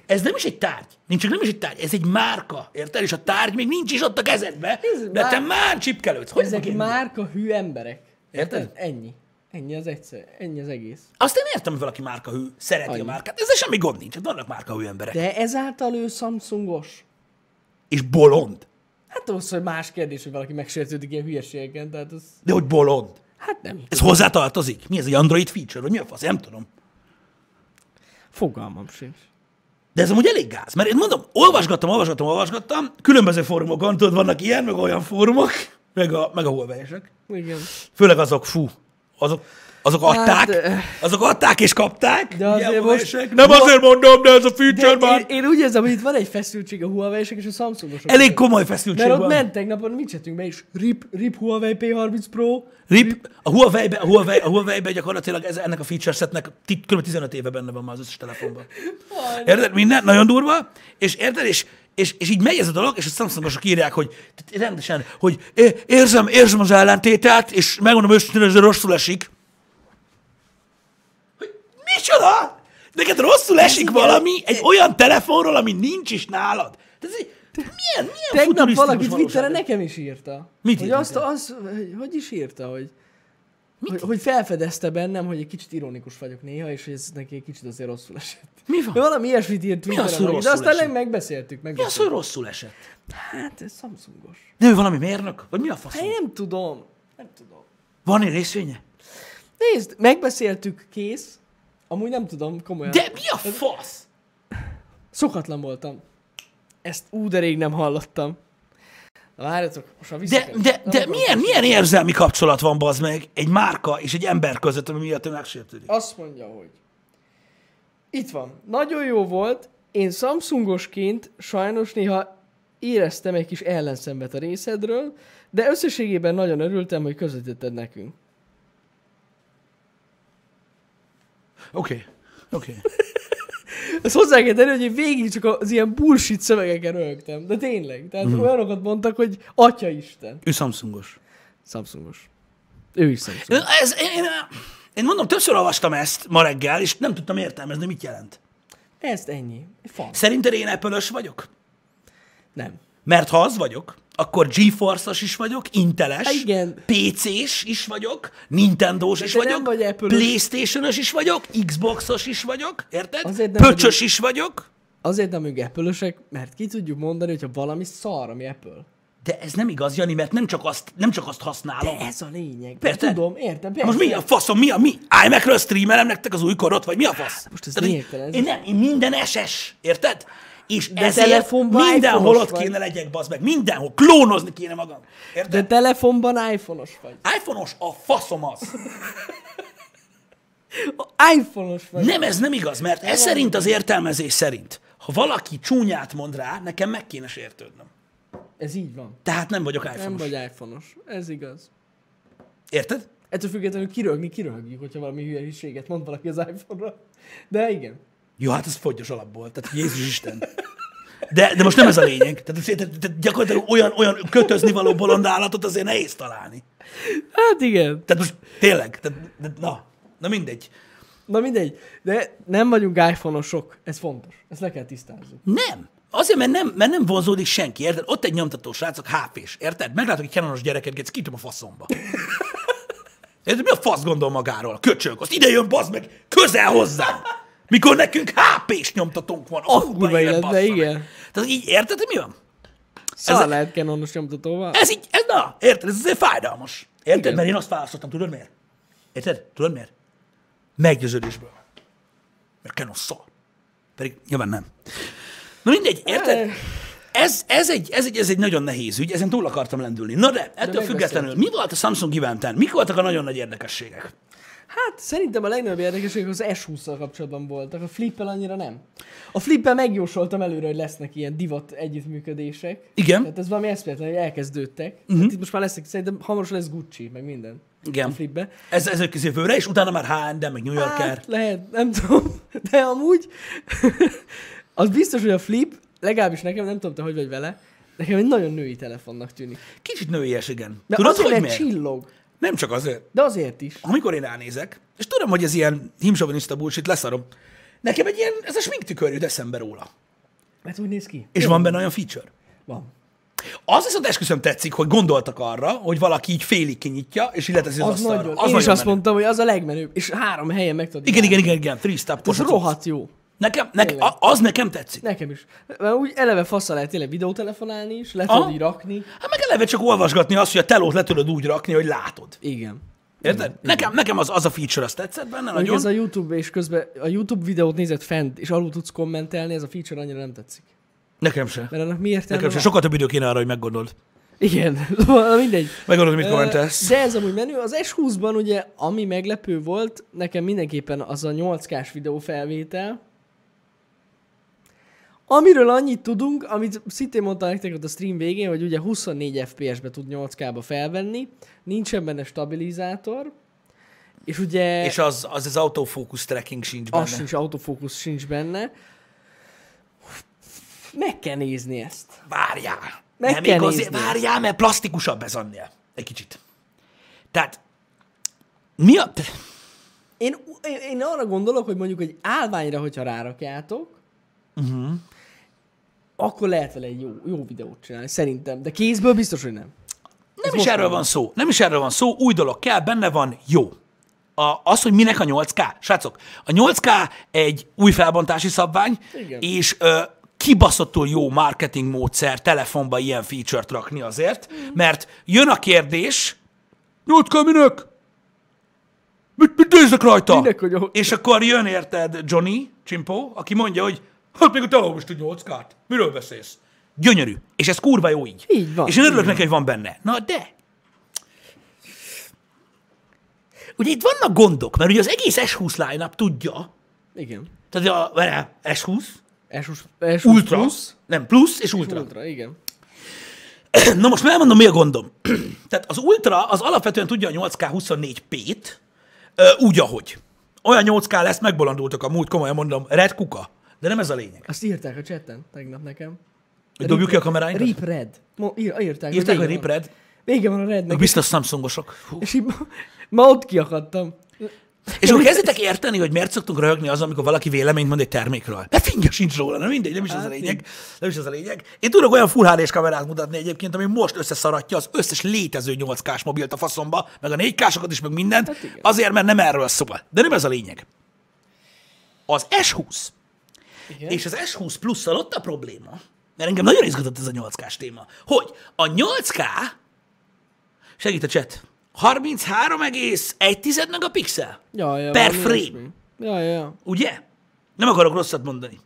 Speaker 1: ez nem is egy tárgy. Nincs, csak nem is egy tárgy. Ez egy márka, érted? És a tárgy még nincs is ott a kezedbe,
Speaker 2: Ez
Speaker 1: de te
Speaker 2: már-
Speaker 1: már csipkelődsz. Hogy
Speaker 2: Ezek
Speaker 1: fogod
Speaker 2: márka hű emberek.
Speaker 1: Érted?
Speaker 2: Ez Ennyi. Ennyi az egyszer. Ennyi az egész.
Speaker 1: Azt én értem, hogy valaki márkahű, szereti a márkát. Ezzel semmi gond nincs. Hát Vannak márkahű emberek. De...
Speaker 2: De ezáltal ő Samsungos.
Speaker 1: És bolond.
Speaker 2: Hát az, hogy más kérdés, hogy valaki megsértődik ilyen hülyeségeken, tehát az...
Speaker 1: De hogy bolond.
Speaker 2: Hát nem.
Speaker 1: Ez hozzátartozik? Mi ez egy Android feature? Vagy mi a fasz? Nem tudom.
Speaker 2: Fogalmam sincs.
Speaker 1: De ez amúgy elég gáz, mert én mondom, olvasgattam, olvasgattam, olvasgattam, különböző fórumokon, tudod, vannak ilyen, meg olyan fórumok, meg a, meg a huawei-esek.
Speaker 2: Igen.
Speaker 1: Főleg azok, fú, azok, azok adták,
Speaker 2: Hát, ö-
Speaker 1: azok adták és kapták.
Speaker 2: De azért
Speaker 1: ugye a
Speaker 2: most-
Speaker 1: Huawei-esek. Nem azért mondom, de ez a feature
Speaker 2: Én,
Speaker 1: már.
Speaker 2: én, én, úgy érzem, hogy itt van egy feszültség a huawei és a Samsungosok.
Speaker 1: Elég
Speaker 2: között.
Speaker 1: komoly feszültség
Speaker 2: Mert ott
Speaker 1: van.
Speaker 2: ment tegnap a mi csetünkbe is. RIP, RIP Huawei P30 Pro.
Speaker 1: Rip, a huawei a Huawei, a Huawei gyakorlatilag ez, ennek a feature setnek ti- kb. 15 éve benne van már az összes telefonban. Érted? Minden nagyon durva, és érted, és, és, és így megy ez a dolog, és a Samsungosok írják, hogy tehát rendesen, hogy é- érzem, érzem az ellentétet, és megmondom őszintén, hogy ez rosszul esik. Hogy micsoda? Neked rosszul esik valami egy olyan telefonról, ami nincs is nálad. De ez egy, milyen, milyen
Speaker 2: Tegnap
Speaker 1: futurisztikus
Speaker 2: valaki Twitteren
Speaker 1: valóság ez?
Speaker 2: nekem is írta.
Speaker 1: Mit
Speaker 2: hogy
Speaker 1: írt
Speaker 2: azt,
Speaker 1: neked?
Speaker 2: az, hogy, hogy is írta, hogy Hogy, hogy felfedezte bennem, hogy egy kicsit ironikus vagyok néha, és hogy ez neki egy kicsit azért rosszul esett.
Speaker 1: Mi van?
Speaker 2: De valami ilyesmit írt Twitteren,
Speaker 1: hogy
Speaker 2: hogy- de aztán
Speaker 1: rosszul
Speaker 2: nem megbeszéltük.
Speaker 1: Mi az,
Speaker 2: megbeszéltük.
Speaker 1: hogy rosszul esett?
Speaker 2: Hát, ez Samsungos.
Speaker 1: De ő valami mérnök? Vagy mi a fasz?
Speaker 2: Hát én nem tudom. Nem tudom.
Speaker 1: Van egy részvénye?
Speaker 2: Nézd, megbeszéltük, kész. Amúgy nem tudom, komolyan.
Speaker 1: De mi a fasz?
Speaker 2: Szokatlan voltam. Ezt ú, de rég nem hallottam. Na, várjatok, most a
Speaker 1: De, de, de milyen, milyen érzelmi kapcsolat van, bazd meg, egy márka és egy ember között, ami miatt ő megsértődik?
Speaker 2: Azt mondja, hogy itt van. Nagyon jó volt. Én Samsungosként sajnos néha éreztem egy kis ellenszenvet a részedről, de összességében nagyon örültem, hogy közvetítetted nekünk.
Speaker 1: Oké. Okay. Oké. Okay.
Speaker 2: Ezt hozzá kell tenni, hogy én végig csak az ilyen bullshit szövegeken rögtem. De tényleg. Tehát
Speaker 1: Mhm.
Speaker 2: mm. olyanokat mondtak, hogy Atya Isten.
Speaker 1: Ő Samsungos.
Speaker 2: Samsungos. Ő is Samsungos.
Speaker 1: Ez, én, én, én mondom, többször olvastam ezt ma reggel, és nem tudtam értelmezni, mit jelent.
Speaker 2: Ezt ennyi. Fan.
Speaker 1: Szerinted én apple vagyok?
Speaker 2: Nem.
Speaker 1: Mert ha az vagyok, akkor GeForce-as is vagyok, Inteles,
Speaker 2: Há, igen.
Speaker 1: PC-s is vagyok, Nintendo-s is
Speaker 2: te nem
Speaker 1: vagyok,
Speaker 2: vagy Apple-ös.
Speaker 1: Playstation-ös is vagyok, Xbox-os is vagyok, érted?
Speaker 2: Azért nem
Speaker 1: Pöcsös is vagyok,
Speaker 2: Azért nem ők apple mert ki tudjuk mondani, hogyha valami szar, ami Apple.
Speaker 1: de ez nem igaz, Jani, mert nem csak azt, nem csak azt használom.
Speaker 2: De ez a lényeg.
Speaker 1: Persze.
Speaker 2: Persze. Tudom, értem, persze.
Speaker 1: Most mi a faszom, mi a mi? iMac-ről streamelem nektek az új korot, vagy mi a fasz?
Speaker 2: Most ez
Speaker 1: Tehát, hogy
Speaker 2: lényegtelen.
Speaker 1: Én nem, én minden SS, érted? És De ezért
Speaker 2: telefonban
Speaker 1: mindenhol
Speaker 2: iPhone-os
Speaker 1: ott
Speaker 2: vagy.
Speaker 1: kéne legyek, bazd meg, mindenhol, klónozni kéne magam. Érted?
Speaker 2: De telefonban iPhone-os vagy.
Speaker 1: iPhone-os a faszom az.
Speaker 2: iPhone-os vagy.
Speaker 1: Nem, ez nem igaz, mert ez szerint az értelmezés szerint, ha valaki csúnyát mond rá, nekem meg kéne sértődnöm.
Speaker 2: Ez így van.
Speaker 1: Tehát nem vagyok
Speaker 2: Nem
Speaker 1: iPhone-os.
Speaker 2: vagy iPhone-os. Ez igaz.
Speaker 1: Érted?
Speaker 2: Ettől függetlenül kiröhögni, kiröhögjük, hogyha valami hülyeséget mond valaki az iPhone-ra. De igen.
Speaker 1: Jó, hát ez fogyos alapból, tehát Jézus Isten. De, de most nem ez a lényeg. Tehát, tehát, tehát gyakorlatilag olyan, olyan kötözni való bolond állatot azért nehéz találni.
Speaker 2: Hát igen.
Speaker 1: Tehát most tényleg, tehát, de, na, na mindegy.
Speaker 2: Na mindegy. De nem vagyunk iPhone-osok. Ez fontos. Ezt le kell tisztázni.
Speaker 1: Nem. Azért, mert nem, mert nem vonzódik senki, érted? Ott egy nyomtató srácok, hp érted? Meglátok egy kenonos gyereket, ezt kitöm a
Speaker 2: [laughs]
Speaker 1: faszomba. Érted? Mi a fasz gondol magáról? Köcsög, azt ide jön, bazd meg, közel hozzá. Mikor nekünk HP-s nyomtatónk van. A
Speaker 2: kurva életbe, igen.
Speaker 1: Tehát így érted, hogy mi van?
Speaker 2: Szar
Speaker 1: Ez-
Speaker 2: ez lehet kenonos nyomtatóval.
Speaker 1: Ez így, ez na, érted? Ez azért fájdalmas. Érted?
Speaker 2: Igen.
Speaker 1: Mert én azt választottam, tudod miért? Érted? Tudod miért? Meggyőződésből. Mert Canon szar. Pedig nyilván nem. Na mindegy, érted?
Speaker 2: Eh.
Speaker 1: Ez, ez, egy, ez, egy, ez egy nagyon nehéz ügy, ezen túl akartam lendülni. Na de, ettől
Speaker 2: megbeszéltük.
Speaker 1: függetlenül, mi volt a Samsung eventen? Mik voltak a nagyon nagy érdekességek?
Speaker 2: Hát szerintem a legnagyobb érdekességek az S20-szal kapcsolatban voltak, a flippel annyira nem. A flippel megjósoltam előre, hogy lesznek ilyen divat együttműködések.
Speaker 1: Igen. Mhm.
Speaker 2: Tehát ez valami eszméletlen, hogy elkezdődtek. Uh-huh. Hát itt most már lesznek, szerintem hamarosan lesz Gucci, meg minden.
Speaker 1: Igen.
Speaker 2: A flipbe.
Speaker 1: Ez, ez egy jövőre, és utána már H&M, meg New Yorker.
Speaker 2: Hát, lehet, nem tudom, [laughs] de amúgy az biztos, hogy a flip, legalábbis nekem, nem tudom te, hogy vagy vele, nekem egy nagyon női telefonnak tűnik.
Speaker 1: Kicsit nőies, igen.
Speaker 2: De
Speaker 1: Tudod,
Speaker 2: azért,
Speaker 1: hogy
Speaker 2: mert
Speaker 1: miért?
Speaker 2: csillog.
Speaker 1: Nem csak azért.
Speaker 2: De azért is.
Speaker 1: amikor én ránézek, és tudom, hogy ez ilyen himsovinista bullshit, leszarom, nekem egy ilyen, ez a sminktükör jut eszembe róla.
Speaker 2: Mert úgy néz ki.
Speaker 1: És van benne olyan feature.
Speaker 2: Van.
Speaker 1: Az viszont esküszöm tetszik, hogy gondoltak arra, hogy valaki így félig kinyitja, és illetezi az,
Speaker 2: Az,
Speaker 1: asztalra.
Speaker 2: nagyon.
Speaker 1: Az
Speaker 2: én is
Speaker 1: nagyon
Speaker 2: azt
Speaker 1: menő.
Speaker 2: mondtam, hogy az a legmenőbb, és három helyen meg tudod
Speaker 1: Igen, igen, igen, igen, three stop.
Speaker 2: Az
Speaker 1: kocacok.
Speaker 2: rohadt jó.
Speaker 1: Nekem, nekem,
Speaker 2: Tényleg.
Speaker 1: a- az nekem tetszik.
Speaker 2: Nekem is. Mert úgy eleve faszal lehet tényleg videótelefonálni is, le
Speaker 1: Aha.
Speaker 2: tudod így rakni.
Speaker 1: Hát meg eleve csak olvasgatni azt, hogy a telót le tudod úgy rakni, hogy látod.
Speaker 2: Igen.
Speaker 1: Érted? Nekem, nekem az, az a feature, azt tetszett benne
Speaker 2: Mondjuk
Speaker 1: nagyon.
Speaker 2: ez a YouTube és közben a YouTube videót nézed fent, és alul tudsz kommentelni, ez a feature annyira nem tetszik.
Speaker 1: Nekem se.
Speaker 2: Mert annak mi értelme
Speaker 1: Nekem se.
Speaker 2: van?
Speaker 1: Sokkal több idő kéne arra, hogy meggondold.
Speaker 2: Igen, [laughs] Na, mindegy.
Speaker 1: Megmondod, mit
Speaker 2: Ö,
Speaker 1: kommentelsz.
Speaker 2: De ez amúgy menő. Az S20-ban ugye, ami meglepő volt, nekem mindenképpen az a 8K-s videó felvétel, Amiről annyit tudunk, amit szintén mondtam nektek ott a stream végén, hogy ugye 24 FPS-be tud 8K-ba felvenni, nincsen benne stabilizátor, és ugye
Speaker 1: És az, az, az autofókusz tracking sincs benne.
Speaker 2: az sincs, autofókusz sincs benne. Meg kell nézni ezt.
Speaker 1: Várjál.
Speaker 2: Meg
Speaker 1: nem
Speaker 2: kell
Speaker 1: igazi,
Speaker 2: nézni.
Speaker 1: várjál, mert plastikusabb ez annél. Egy kicsit. Tehát, mi a... te-
Speaker 2: Én, én, én arra gondolok, hogy mondjuk egy állványra, hogyha rárakjátok, uh-huh.
Speaker 1: Mhm.
Speaker 2: akkor lehet vele egy jó, jó videót csinálni, szerintem. De kézből biztos, hogy nem.
Speaker 1: Nem is erről van szó. Nem is erről van szó. Új dolog kell, benne van, jó. A, az, hogy minek a 8K? Srácok, a 8K egy új felbontási szabvány,
Speaker 2: Igen.
Speaker 1: és ö, kibaszottul jó marketing módszer telefonba ilyen feature-t rakni azért,
Speaker 2: Mhm.
Speaker 1: mert jön a kérdés, 8K minek? Mit, mit néznek rajta?
Speaker 2: Minek a nyolc-
Speaker 1: És akkor jön, érted, Johnny Csimpó, aki mondja, hogy hát még a telón is tud 8K-t. Miről beszélsz? Gyönyörű. És ez kurva jó így.
Speaker 2: Így van.
Speaker 1: És én örülök neki, hogy van benne. Na de, ugye itt vannak gondok, mert ugye az egész S20 line tudja,
Speaker 2: Igen.
Speaker 1: tehát a vele S20,
Speaker 2: S20, S20
Speaker 1: Ultra,
Speaker 2: plusz,
Speaker 1: plusz, nem, plusz és ultra. ultra.
Speaker 2: Ultra, igen.
Speaker 1: Na most már elmondom, mi a gondom. [clears throat] tehát az Ultra az alapvetően tudja a 8K24p-t, ö, úgy, ahogy. Olyan 8K lesz, megbolondultak a múlt, komolyan mondom, red kuka. De nem ez a lényeg.
Speaker 2: Azt írták a chatten tegnap nekem.
Speaker 1: Hogy dobjuk ki a kameráinkat?
Speaker 2: Rip Red. Mo, ír, írták,
Speaker 1: Írták,
Speaker 2: vége
Speaker 1: hogy Rip
Speaker 2: van.
Speaker 1: Red?
Speaker 2: Vége van a Rednek.
Speaker 1: Biztos Samsungosok. Fú.
Speaker 2: És így ma, ma ott kiakadtam.
Speaker 1: És akkor kezditek érteni, hogy miért szoktunk röhögni azon, amikor valaki véleményt mond egy termékről. De fingja sincs róla, nem mindegy, nem is
Speaker 2: Hát,
Speaker 1: ez a lényeg. Nem is ez a lényeg. Én tudok olyan full hd kamerát mutatni egyébként, ami most összeszaratja az összes létező 8K-s mobilt a faszomba, meg a 4K-sokat is, meg mindent,
Speaker 2: Hát igen.
Speaker 1: azért, mert nem erről szól. De nem ez a lényeg. Az S20
Speaker 2: Igen.
Speaker 1: és az S20 plusszal ott a probléma, mert engem nagyon izgatott ez a 8K-s téma, hogy a 8K, segít a chat, 33,1 megapixel,
Speaker 2: Ja, ja,
Speaker 1: Per
Speaker 2: valami
Speaker 1: frame.
Speaker 2: ilyesmi. Ja, ja, ja.
Speaker 1: ugye? Nem akarok rosszat mondani.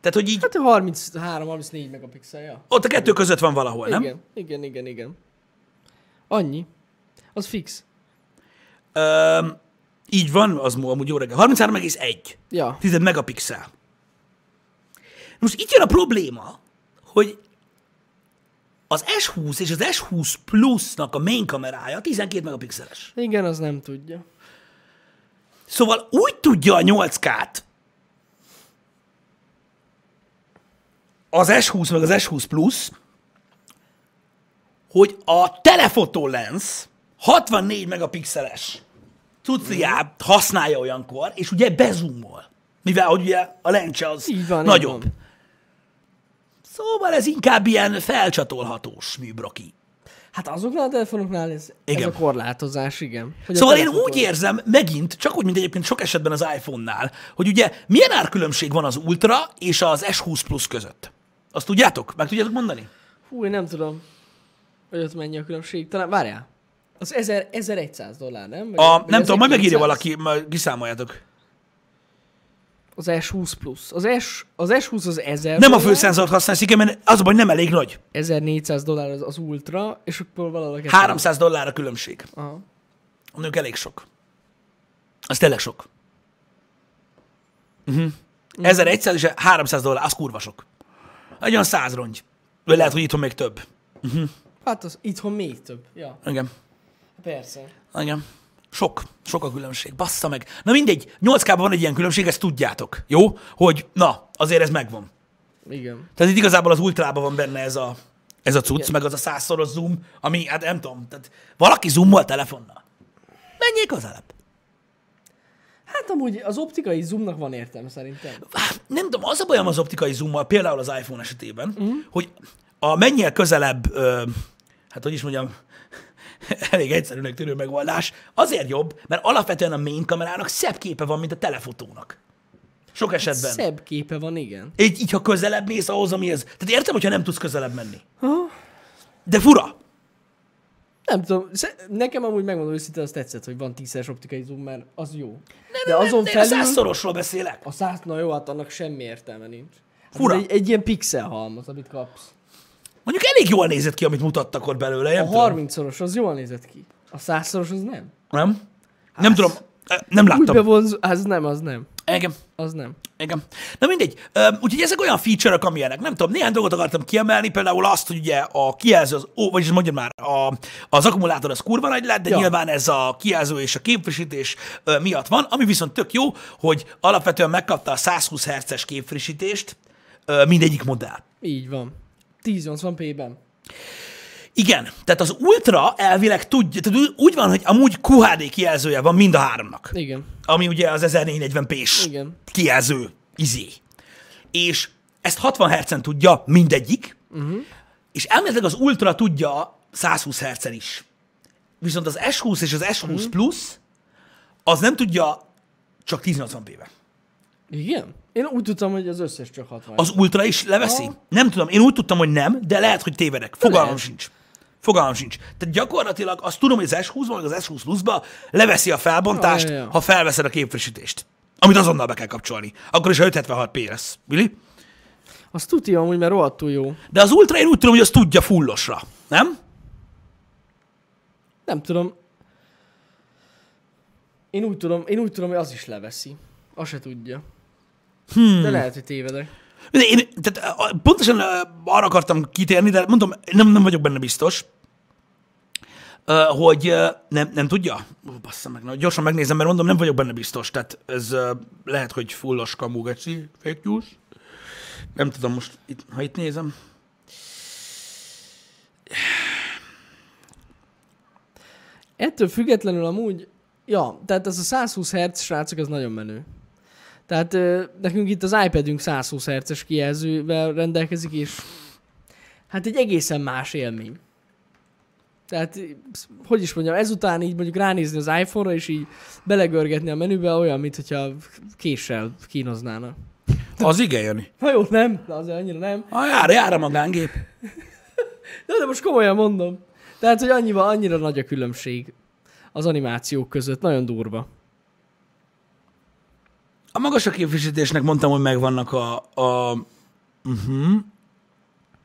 Speaker 1: Tehát, hogy így
Speaker 2: Hát 33-34 megapixel, ja.
Speaker 1: ott a kettő között van valahol, nem?
Speaker 2: Igen, igen, igen, igen. Annyi. Az fix.
Speaker 1: Öm, így van, az mo- amúgy jó reggel. 33,1.
Speaker 2: Ja.
Speaker 1: tized megapixel. Most itt jön a probléma, hogy az S20 és az S20 Plus-nak a main kamerája 12 megapixeles.
Speaker 2: Igen, az nem tudja.
Speaker 1: Szóval úgy tudja a 8K-t az S20 meg az S20 Plus, hogy a telefotolens 64 megapixeles
Speaker 2: Mhm.
Speaker 1: cucciát használja olyankor, és ugye bezumol. Mivel, hogy ugye a lencse az
Speaker 2: Így van, így
Speaker 1: nagyobb.
Speaker 2: van.
Speaker 1: Szóval ez inkább ilyen felcsatolhatós műbroki.
Speaker 2: Hát azoknál a telefonoknál ez,
Speaker 1: Igen.
Speaker 2: ez a korlátozás, igen. Hogy a
Speaker 1: Szóval én
Speaker 2: telefonok-
Speaker 1: úgy érzem, megint, csak úgy, mint egyébként sok esetben az iPhone-nál, hogy ugye milyen árkülönbség van az Ultra és az S20 Plus között. Azt tudjátok? Meg tudjátok mondani?
Speaker 2: Hú, én nem tudom, hogy ott mennyi a különbség. Talán, várjál. Az 1000, 1100 dollár, nem? Vagy,
Speaker 1: A,
Speaker 2: vagy
Speaker 1: nem tudom, majd megírja
Speaker 2: 1900?
Speaker 1: valaki, majd kiszámoljátok.
Speaker 2: Az S20 plusz. Az, S, az S20 az 1000
Speaker 1: Nem a
Speaker 2: dollár,
Speaker 1: főszenzort használsz, igen, mert az a baj, nem elég nagy.
Speaker 2: 1400 dollár az, az ultra, és akkor valahol... a kettő.
Speaker 1: 300 dollár a különbség.
Speaker 2: Aha.
Speaker 1: A nők elég sok. Az tényleg sok. Uh-huh. 1100 és 300 dollár, az kurva sok. Egy olyan 100 rongy. Vagy lehet, hogy itthon még több.
Speaker 2: Hát az itthon még több. Ja,
Speaker 1: Igen.
Speaker 2: persze.
Speaker 1: Igen. Sok. Sok a különbség. Bassza meg. Na mindegy, 8 van egy ilyen különbség, ezt tudjátok. Jó? Hogy na, azért ez megvan.
Speaker 2: Igen.
Speaker 1: Tehát itt igazából az ultrában van benne ez a, ez a cucc, meg az a százszoros zoom, ami, hát nem tudom, tehát valaki zoomol telefonnal. Menjék közelebb.
Speaker 2: Hát amúgy az optikai zoomnak van értelme szerintem.
Speaker 1: Hát, nem tudom, az a bajom az optikai zoommal, például az iPhone esetében, mm. hogy a mennyire közelebb, ö, hát hogy is mondjam, [laughs] elég egyszerűnek tűnő megoldás, azért jobb, mert alapvetően a main kamerának szebb képe van, mint a telefotónak. Sok esetben. Szebb.
Speaker 2: Hát Szebb képe van, igen.
Speaker 1: Így, így, ha közelebb mész ahhoz, amihez. Tehát értem, hogyha nem tudsz közelebb menni. De fura.
Speaker 2: Nem tudom, sze- nekem amúgy megmondom őszintén, azt tetszett, hogy van 10-es optikai zoom, mert az jó. Nem, De azon
Speaker 1: Én a
Speaker 2: felül...
Speaker 1: százszorosról beszélek.
Speaker 2: A száz, na jó, hát annak semmi értelme nincs. Hát
Speaker 1: Fura.
Speaker 2: ez Egy, egy ilyen pixel halmaz, amit kapsz.
Speaker 1: Mondjuk elég jól nézett ki, amit mutattak ott belőle.
Speaker 2: A
Speaker 1: Nem tudom.
Speaker 2: 30-szoros az jól nézett ki. A 100-szoros az nem.
Speaker 1: Nem? Nem tudom. Ö, Nem
Speaker 2: Hát. Úgy
Speaker 1: láttam.
Speaker 2: bevonz, az nem, az nem.
Speaker 1: Engem.
Speaker 2: Az nem.
Speaker 1: Igen. Na mindegy. Öm, Úgyhogy ezek olyan feature-ök, amilyenek. Nem tudom, néhány dolgot akartam kiemelni, például azt, hogy ugye a kijelző, az, ó, vagyis mondjam már, a, az akkumulátor az kurva nagy lett, de ja.
Speaker 2: Ja.
Speaker 1: nyilván ez a kijelző és a képfrissítés ö, miatt van, ami viszont tök jó, hogy alapvetően megkapta a 120 Hz-es képfrissítést ö, mindegyik modell.
Speaker 2: Így van. 1080p-ben.
Speaker 1: Igen, tehát az Ultra elvileg tudja, tehát ú- úgy van, hogy amúgy QHD kijelzője van mind a háromnak
Speaker 2: Igen.
Speaker 1: ami ugye az 1440p-s
Speaker 2: Igen.
Speaker 1: kijelző izé.
Speaker 2: Mhm.
Speaker 1: És ezt 60 Hz-en tudja mindegyik, uh-huh. és elméletileg az Ultra tudja 120 hercen is. Viszont az S20 és az S20
Speaker 2: Mhm.
Speaker 1: Plus, az nem tudja csak 1080p-be.
Speaker 2: Igen? Én úgy tudtam, hogy az összes csak 60.
Speaker 1: Az Ultra is leveszi?
Speaker 2: Aha.
Speaker 1: Nem tudom, én úgy tudtam, hogy nem, de lehet, hogy tévedek. Fogalmam
Speaker 2: lehet.
Speaker 1: sincs. Fogalmam sincs. Tehát gyakorlatilag azt tudom, hogy az S20-ban, vagy az S20 Plus-ba leveszi a felbontást,
Speaker 2: Ja, ja, ja.
Speaker 1: ha felveszed a képfrissítést. Amit azonnal be kell kapcsolni. Akkor is a 576p lesz. Billy?
Speaker 2: Az tudja amúgy, mert rohadtul jó.
Speaker 1: De az Ultra én úgy tudom, hogy az tudja fullosra. Nem?
Speaker 2: Nem tudom. Én úgy tudom, én úgy tudom, hogy az is leveszi. Azt se tudja. Hmm. De lehet, hogy tévedek.
Speaker 1: De én, tehát, a- pontosan ö, arra akartam kitérni, de mondom, nem, nem vagyok benne biztos, ö, hogy ö, nem, nem tudja. Ó, bassza meg, na, gyorsan megnézem, mert mondom, nem vagyok benne biztos. Tehát ez ö, lehet, hogy fullos kamu, geci, fake news. Nem tudom most, itt, ha itt nézem.
Speaker 2: Ettől függetlenül amúgy, ja, tehát ez a 120 Hz, srácok, ez nagyon menő. Tehát ö, nekünk itt az iPadünk 120 Hz-es kijelzővel rendelkezik, és hát egy egészen más élmény. Tehát, hogy is mondjam, ezután így mondjuk ránézni az iPhone-ra, és így belegörgetni a menübe, olyan, mint hogyha késsel kínoznának.
Speaker 1: Az igen, Jani.
Speaker 2: Na jó, nem, de azért annyira nem.
Speaker 1: Ha Ah, jár, jár a magángép.
Speaker 2: De, de most komolyan mondom. Tehát, hogy annyival, annyira nagy a különbség az animációk között, nagyon durva.
Speaker 1: A magas a képvisítésnek mondtam, hogy megvannak a... a... Uh-huh.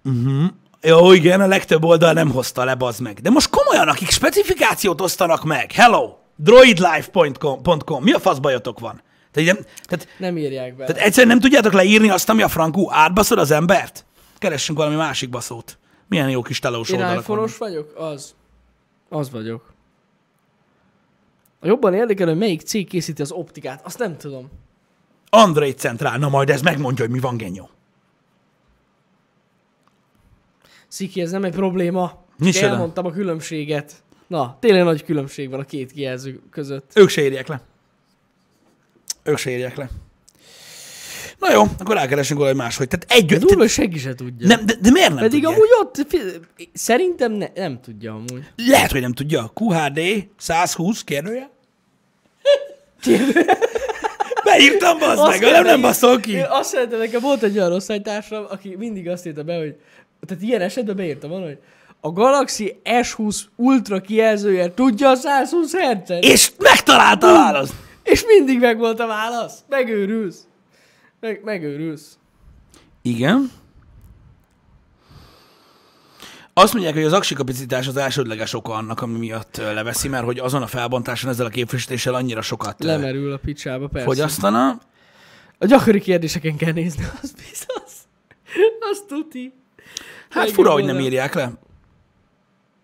Speaker 1: Uh-huh. Jó, igen, a legtöbb oldal nem hozta le, bazd meg. De most komolyan, akik specifikációt osztanak meg, hello, droidlife.com, mi a fasz bajotok van? Tehát, nem, tehát,
Speaker 2: Nem írják be.
Speaker 1: tehát egyszerűen nem tudjátok leírni azt, ami a frankú, átbaszod az embert? Keressünk valami másik baszót. Milyen jó kis telós
Speaker 2: Én
Speaker 1: oldalak vannak.
Speaker 2: iPhone-os vagyok? Az. Az vagyok. A jobban érdekel, hogy melyik cég készíti az optikát. Azt nem tudom.
Speaker 1: Android Centrál, na majd ez megmondja, hogy mi van genyó.
Speaker 2: Sziki, ez nem egy probléma.
Speaker 1: Nincs
Speaker 2: Csak
Speaker 1: vele.
Speaker 2: Elmondtam a különbséget. Na, tényleg nagy különbség van a két kijelző között.
Speaker 1: Ők se írják le. Ők se írják le. Na jó, akkor rákeresünk valahogy máshogy. Tehát egy...
Speaker 2: De
Speaker 1: Te,
Speaker 2: durva, hogy senki se tudja.
Speaker 1: nem, de, de miért nem
Speaker 2: Pedig
Speaker 1: tudják?
Speaker 2: amúgy ott, fi- szerintem ne, nem tudja amúgy.
Speaker 1: Lehet, hogy nem tudja. QHD 120 kérdője? Beírtam, bazd meg,
Speaker 2: kell
Speaker 1: nem, nem
Speaker 2: megír-
Speaker 1: baszol ki.
Speaker 2: Én azt szeretem, nekem volt egy olyan osztálytársam, aki mindig azt írta be, hogy, tehát ilyen esetben beírta volna, hogy a Galaxy S20 Ultra kijelzője tudja a 120 hz
Speaker 1: És megtalálta a választ.
Speaker 2: És mindig megvolt a válasz. Megőrülsz. Meg, megőrülsz.
Speaker 1: Igen. Azt mondják, hogy az aksi kapacitás az elsődleges oka annak, ami miatt ö, leveszi, mert hogy azon a felbontáson ezzel a képfrissítéssel annyira sokat ö,
Speaker 2: Lemerül a picsába, persze.
Speaker 1: fogyasztana.
Speaker 2: A gyakori kérdéseken kell nézni, [laughs] az biztos. Az tuti.
Speaker 1: Hát
Speaker 2: Legjobb
Speaker 1: fura, hogy nem
Speaker 2: oldal.
Speaker 1: írják le.
Speaker 2: Na,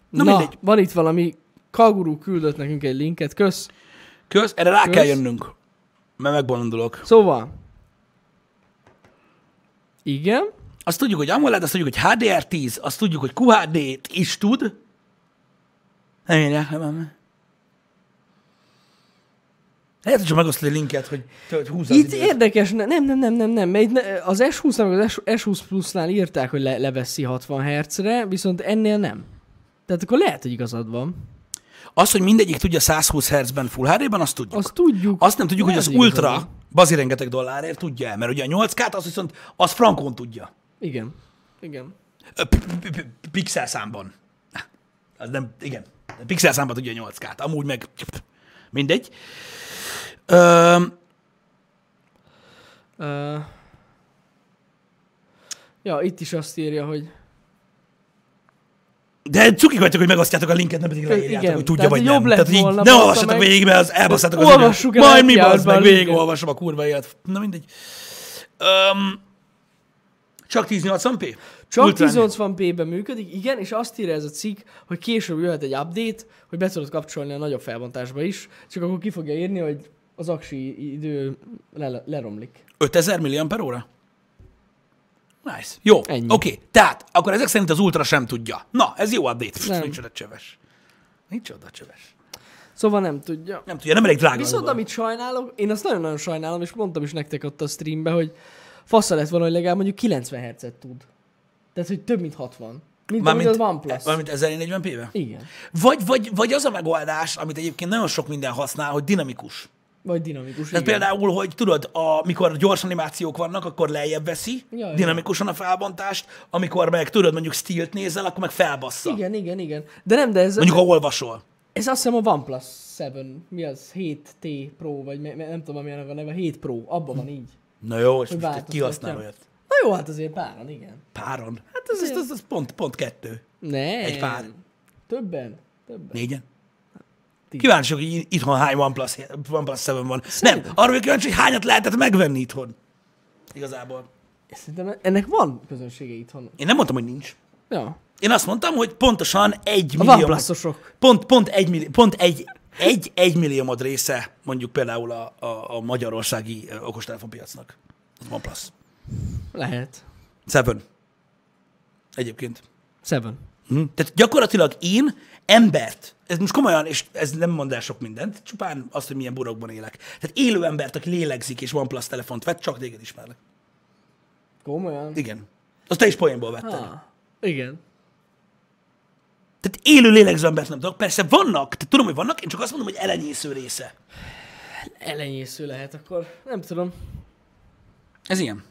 Speaker 1: Na,
Speaker 2: Na
Speaker 1: mindegy.
Speaker 2: van itt valami, Kaguru küldött nekünk egy linket, kösz.
Speaker 1: Kösz, erre rá
Speaker 2: Kösz.
Speaker 1: kell jönnünk, mert megbolondulok.
Speaker 2: Szóval. Igen.
Speaker 1: Azt tudjuk, hogy AMOLED, azt tudjuk, hogy HDR10, azt tudjuk, hogy QHD-t is tud. Nem írják le, nem. Lehet, hogy csak megosztod egy linket, hogy hogy húzza az
Speaker 2: Itt
Speaker 1: időt.
Speaker 2: érdekes, ne- nem, nem, nem, nem, nem, mert itt ne- az S20 meg az S20 plusznál írták, hogy le, leveszi 60 Hz-re, viszont ennél nem. Tehát akkor lehet, hogy igazad van.
Speaker 1: Az, hogy mindegyik tudja 120 Hz-ben Full HD-ben, azt tudjuk.
Speaker 2: Azt tudjuk.
Speaker 1: Azt nem tudjuk, hogy
Speaker 2: Lehet,
Speaker 1: az
Speaker 2: hogy
Speaker 1: Ultra,
Speaker 2: igazad
Speaker 1: bazi rengeteg dollárért tudja el, mert ugye a 8K-t, azt viszont, az frankon tudja.
Speaker 2: van. Igen. Igen.
Speaker 1: Ö, p- p- p- pixel számban. Ah, Az nem, igen. Pixel számban tudja 8K-t. Amúgy meg mindegy. Ö,
Speaker 2: Uh, ja, itt is azt írja, hogy...
Speaker 1: de cukik vagytok, hogy megosztjátok a linket, nem pedig leírjátok,
Speaker 2: igen,
Speaker 1: hogy tudja
Speaker 2: tehát
Speaker 1: vagy
Speaker 2: jobb
Speaker 1: nem.
Speaker 2: lett
Speaker 1: Tehát, hogy így
Speaker 2: volna,
Speaker 1: ne
Speaker 2: bassza
Speaker 1: olvassatok
Speaker 2: meg.
Speaker 1: végig, mert az elbasszátok az
Speaker 2: Olvassuk
Speaker 1: időt.
Speaker 2: el
Speaker 1: Majd mi
Speaker 2: átjárva
Speaker 1: az, meg
Speaker 2: a
Speaker 1: végig
Speaker 2: linket.
Speaker 1: olvasom a kurva élet. Na mindegy. Öm, csak 1080p?
Speaker 2: Csak
Speaker 1: Ultrán.
Speaker 2: 1080p-ben működik, igen, és azt írja ez a cikk, hogy később jöhet egy update, hogy be tudod kapcsolni a nagyobb felbontásba is, csak akkor ki fogja írni, hogy az aksi idő le- leromlik.
Speaker 1: 5000 milliamper óra? Nice. Jó, oké.
Speaker 2: Ennyi.
Speaker 1: Okay. Tehát, akkor ezek szerint az Ultra sem tudja. Na, ez jó update. Pff,
Speaker 2: Nem.
Speaker 1: nincs oda csöves. Nincs oda csöves.
Speaker 2: Szóval nem tudja.
Speaker 1: Nem tudja, nem elég drága.
Speaker 2: Viszont
Speaker 1: az
Speaker 2: amit sajnálok, én azt nagyon-nagyon sajnálom, és mondtam is nektek ott a streambe, hogy fassa lett volna, hogy legalább mondjuk 90 Hz-et tud. Tehát, hogy több mint 60. Mint amúgy az OnePlus.
Speaker 1: Valamint 1040p-vel?
Speaker 2: Igen.
Speaker 1: Vagy, vagy, vagy az a megoldás, amit egyébként nagyon sok minden használ, hogy dinamikus.
Speaker 2: Vagy dinamikus.
Speaker 1: Tehát
Speaker 2: Igen.
Speaker 1: például, hogy tudod, amikor gyors animációk vannak, akkor lejjebb veszi
Speaker 2: Ja, ja.
Speaker 1: dinamikusan a felbontást, amikor meg tudod, mondjuk stilt nézel, akkor meg felbassza.
Speaker 2: igen, igen, igen. De nem, de ez,
Speaker 1: Mondjuk, ha olvasol.
Speaker 2: ez azt hiszem a OnePlus 7, mi az? 7T Pro, vagy mi- nem tudom, milyen a neve, 7 Pro, abban van így.
Speaker 1: Na jó, és
Speaker 2: Hogy
Speaker 1: most
Speaker 2: változtatja.
Speaker 1: ki használ olyat?
Speaker 2: Na jó, hát azért páran, igen.
Speaker 1: Páron. Hát ez, ez, ez, ez pont, pont kettő.
Speaker 2: Ne.
Speaker 1: Egy pár.
Speaker 2: Többen? Többen.
Speaker 1: Négyen.
Speaker 2: Tíz.
Speaker 1: Kíváncsi, vagyok, hogy itthon hány OnePlus, OnePlus 7 van. Nem, arra vagyok kíváncsi, hogy hányat lehetett megvenni itthon. Igazából.
Speaker 2: Szerintem ennek van közönsége itthon.
Speaker 1: Én nem mondtam, hogy nincs.
Speaker 2: Ja.
Speaker 1: Én azt mondtam, hogy pontosan egy
Speaker 2: A
Speaker 1: millió...
Speaker 2: OnePlusosok.
Speaker 1: Pont, pont egy millió, pont egy, egy, egy milliómod része mondjuk például a, a, a magyarországi ö, okostelefonpiacnak. Az OnePlus.
Speaker 2: Lehet.
Speaker 1: Seven. Egyébként.
Speaker 2: Seven.
Speaker 1: Hm? Tehát gyakorlatilag én embert, ez most komolyan, és ez nem mond el sok mindent, csupán azt, hogy milyen burokban élek. Tehát élő embert, aki lélegzik és OnePlus telefont vett, csak téged ismerlek.
Speaker 2: Komolyan?
Speaker 1: Igen. Azt te is poénból vetted.
Speaker 2: Ha. Igen.
Speaker 1: Tehát élő lélegző embert nem tudok. Persze vannak, tehát tudom, hogy vannak, én csak azt mondom, hogy elenyésző része.
Speaker 2: Elenyésző lehet akkor. Nem tudom.
Speaker 1: Ez ilyen.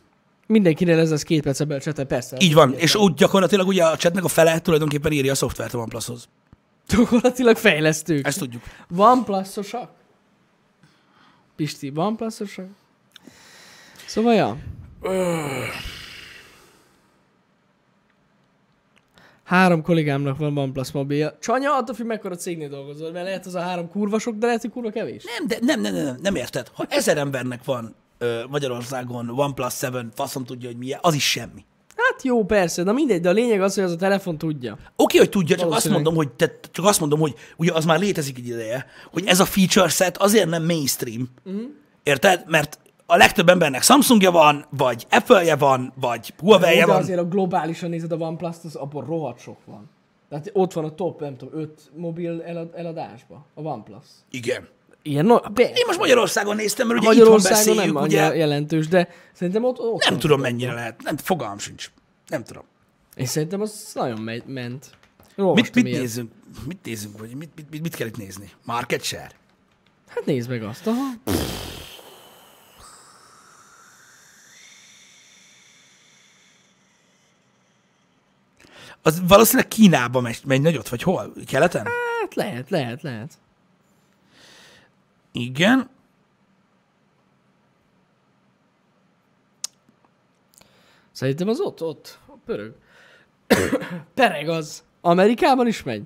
Speaker 2: Mindenkinél ez lesz két perc ebben a cseten, persze.
Speaker 1: Így van. És úgy gyakorlatilag ugye a chatnek a fele tulajdonképpen írja a szoftvert a OnePlushoz.
Speaker 2: Gyakorlatilag fejlesztők.
Speaker 1: Ezt tudjuk.
Speaker 2: OnePlusosak? Pisti, OnePlusosak? Szóval, ja. Három kollégámnak van OnePlus mobilja. Csanya, attól függ, mekkora cégnél dolgozol, mert lehet az a három kurva sok, de lehet, hogy kurva kevés.
Speaker 1: Nem, de nem, nem, nem, nem, nem érted. Ha ezer embernek van ö, Magyarországon OnePlus 7, faszom tudja, hogy milyen, az is semmi.
Speaker 2: Hát jó, persze, na mindegy, de a lényeg az, hogy az a telefon tudja.
Speaker 1: Oké, hogy tudja, csak azt
Speaker 2: Valószínűleg.
Speaker 1: mondom, hogy te, csak azt mondom, hogy ugye az már létezik egy ideje, hogy ez a feature set azért nem mainstream.
Speaker 2: Mhm.
Speaker 1: Érted? Mert a legtöbb embernek Samsungja van, vagy Apple-je van, vagy
Speaker 2: Jó,
Speaker 1: Huawei-je
Speaker 2: de
Speaker 1: van.
Speaker 2: azért a globálisan nézed a OnePlus-t, az abban rohadt sok van. Tehát ott van a top, nem tudom, 5 mobil elad- eladásba, a OnePlus.
Speaker 1: Igen.
Speaker 2: Ilyen, no, persze.
Speaker 1: Én most Magyarországon néztem, mert ugye
Speaker 2: Magyarországon
Speaker 1: itthon
Speaker 2: nem
Speaker 1: beszéljük,
Speaker 2: annyira
Speaker 1: ugye,
Speaker 2: jelentős, de szerintem ott, ott
Speaker 1: nem tudom mennyire lehet, nem, fogalmam sincs. Nem tudom.
Speaker 2: És szerintem az nagyon megy, ment.
Speaker 1: Mit,
Speaker 2: Olvastam
Speaker 1: mit
Speaker 2: ilyet.
Speaker 1: nézzünk? Mit nézzünk, vagy mit, mit, mit, mit kell itt nézni? Market share?
Speaker 2: Hát nézd meg azt, aha.
Speaker 1: Az valószínűleg Kínába megy, megy nagyot, vagy hol? Keleten?
Speaker 2: Hát lehet, lehet, lehet.
Speaker 1: Igen.
Speaker 2: Szerintem az ott, ott, pörög. [coughs] Pereg az. Amerikában is megy.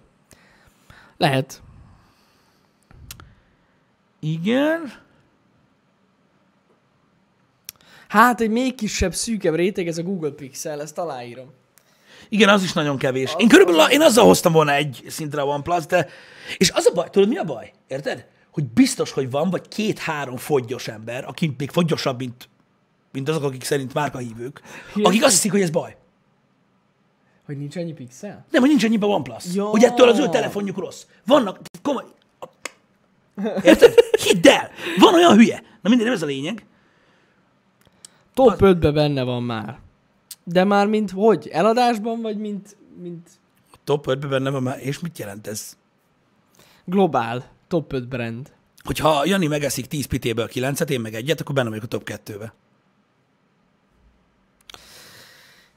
Speaker 2: Lehet.
Speaker 1: Igen.
Speaker 2: Hát egy még kisebb, szűkebb réteg ez a Google Pixel, ezt aláírom.
Speaker 1: Igen, az is nagyon kevés. Én körülbelül én azzal hoztam volna egy szintre a OnePlus, de... És az a baj, tudod mi a baj? Érted? Hogy biztos, hogy van vagy két-három fogyos ember, aki még fogyosabb, mint, mint azok, akik szerint márkahívők, akik azt hiszik, hogy ez baj.
Speaker 2: Hogy nincs annyi pixel?
Speaker 1: Nem, hogy nincs annyiba OnePlus.
Speaker 2: Ja.
Speaker 1: Ja. Hogy ettől az ő telefonjuk rossz. Vannak, komoly... Érted? Hidd el! Van olyan hülye. Na mindegy, nem ez a lényeg.
Speaker 2: Top 5-ben benne van már. De már mint hogy? Eladásban, vagy mint, mint
Speaker 1: A top 5 benne van már, és mit jelent ez?
Speaker 2: globál top 5 brand?
Speaker 1: Hogyha Jani megeszik 10 pitéből 9-et, én meg egyet, akkor benne vagyok a top 2-be.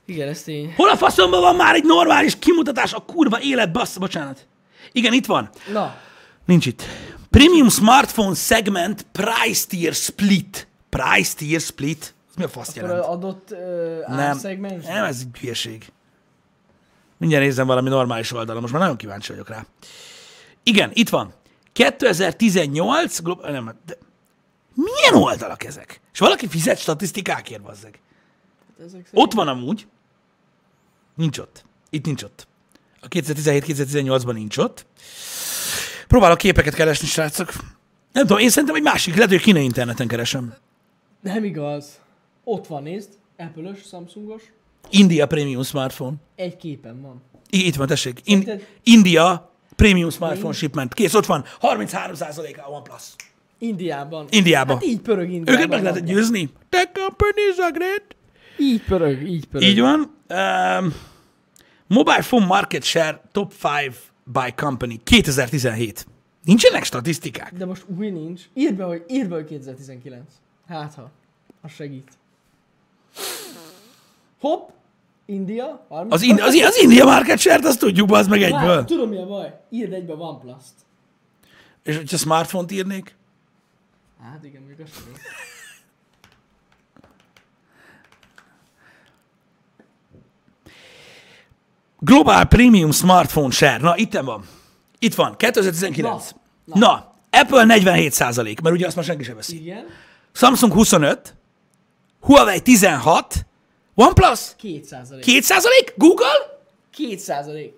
Speaker 2: Igen, ez tény.
Speaker 1: Hol a faszomban van már egy normális kimutatás a kurva élet, bassz, bocsánat. Igen, itt van.
Speaker 2: Na,
Speaker 1: Nincs itt. Premium smartphone segment price tier split. Price tier split? Ez mi a fasz
Speaker 2: akkor
Speaker 1: jelent?
Speaker 2: a adott uh,
Speaker 1: Nem,
Speaker 2: árszegmens?
Speaker 1: nem, ez egy hülyeség. Mindjárt nézem valami normális oldalon, most már nagyon kíváncsi vagyok rá. Igen, itt van. 2018, glo- nem, de milyen oldalak ezek? És valaki fizet statisztikákért, bazzeg.
Speaker 2: Hát Ezek szerint-
Speaker 1: Ott van amúgy. Nincs ott. Itt nincs ott. A 2017-2018-ban nincs ott. Próbálok képeket keresni, srácok. Nem tudom, én szerintem egy másik, lehet, hogy a kínai interneten keresem.
Speaker 2: Nem igaz. Ott van, nézd. Apple-ös, Samsungos.
Speaker 1: India Premium Smartphone.
Speaker 2: Egy képen van.
Speaker 1: I- Itt van, tessék. In-
Speaker 2: Szerinted-
Speaker 1: India Premium Smartphone Shipment. Kész, ott van. 33%-a a OnePlus.
Speaker 2: Indiában.
Speaker 1: Indiába.
Speaker 2: Hát így pörög Indiában.
Speaker 1: Őket meg lehetett győzni. Tech companies are great.
Speaker 2: Így pörög, így pörög.
Speaker 1: Így van. Um, Mobile phone market share top 5 by company 2017. Nincsenek statisztikák?
Speaker 2: De most új nincs. Írd be, hogy, írd be, hogy 2019. Hát ha. Az segít. Hopp! India. 30.
Speaker 1: Az, ind- az, az India market share-t azt tudjuk, az meg egyből.
Speaker 2: Várj, tudom mi a baj. Írd egybe a OnePlus-t.
Speaker 1: És hogyha smartphone-t írnék?
Speaker 2: Hát igen, mondjuk azt tudom.
Speaker 1: Global Premium Smartphone Share. Na, itt van. Itt van. 2019. Na,
Speaker 2: Na,
Speaker 1: na. na Apple 47 százalék, mert ugye azt már senki sem veszi.
Speaker 2: [laughs] Igen.
Speaker 1: Samsung 25, Huawei 16, OnePlus
Speaker 2: 2 százalék.
Speaker 1: 2 százalék, Google?
Speaker 2: 2 százalék.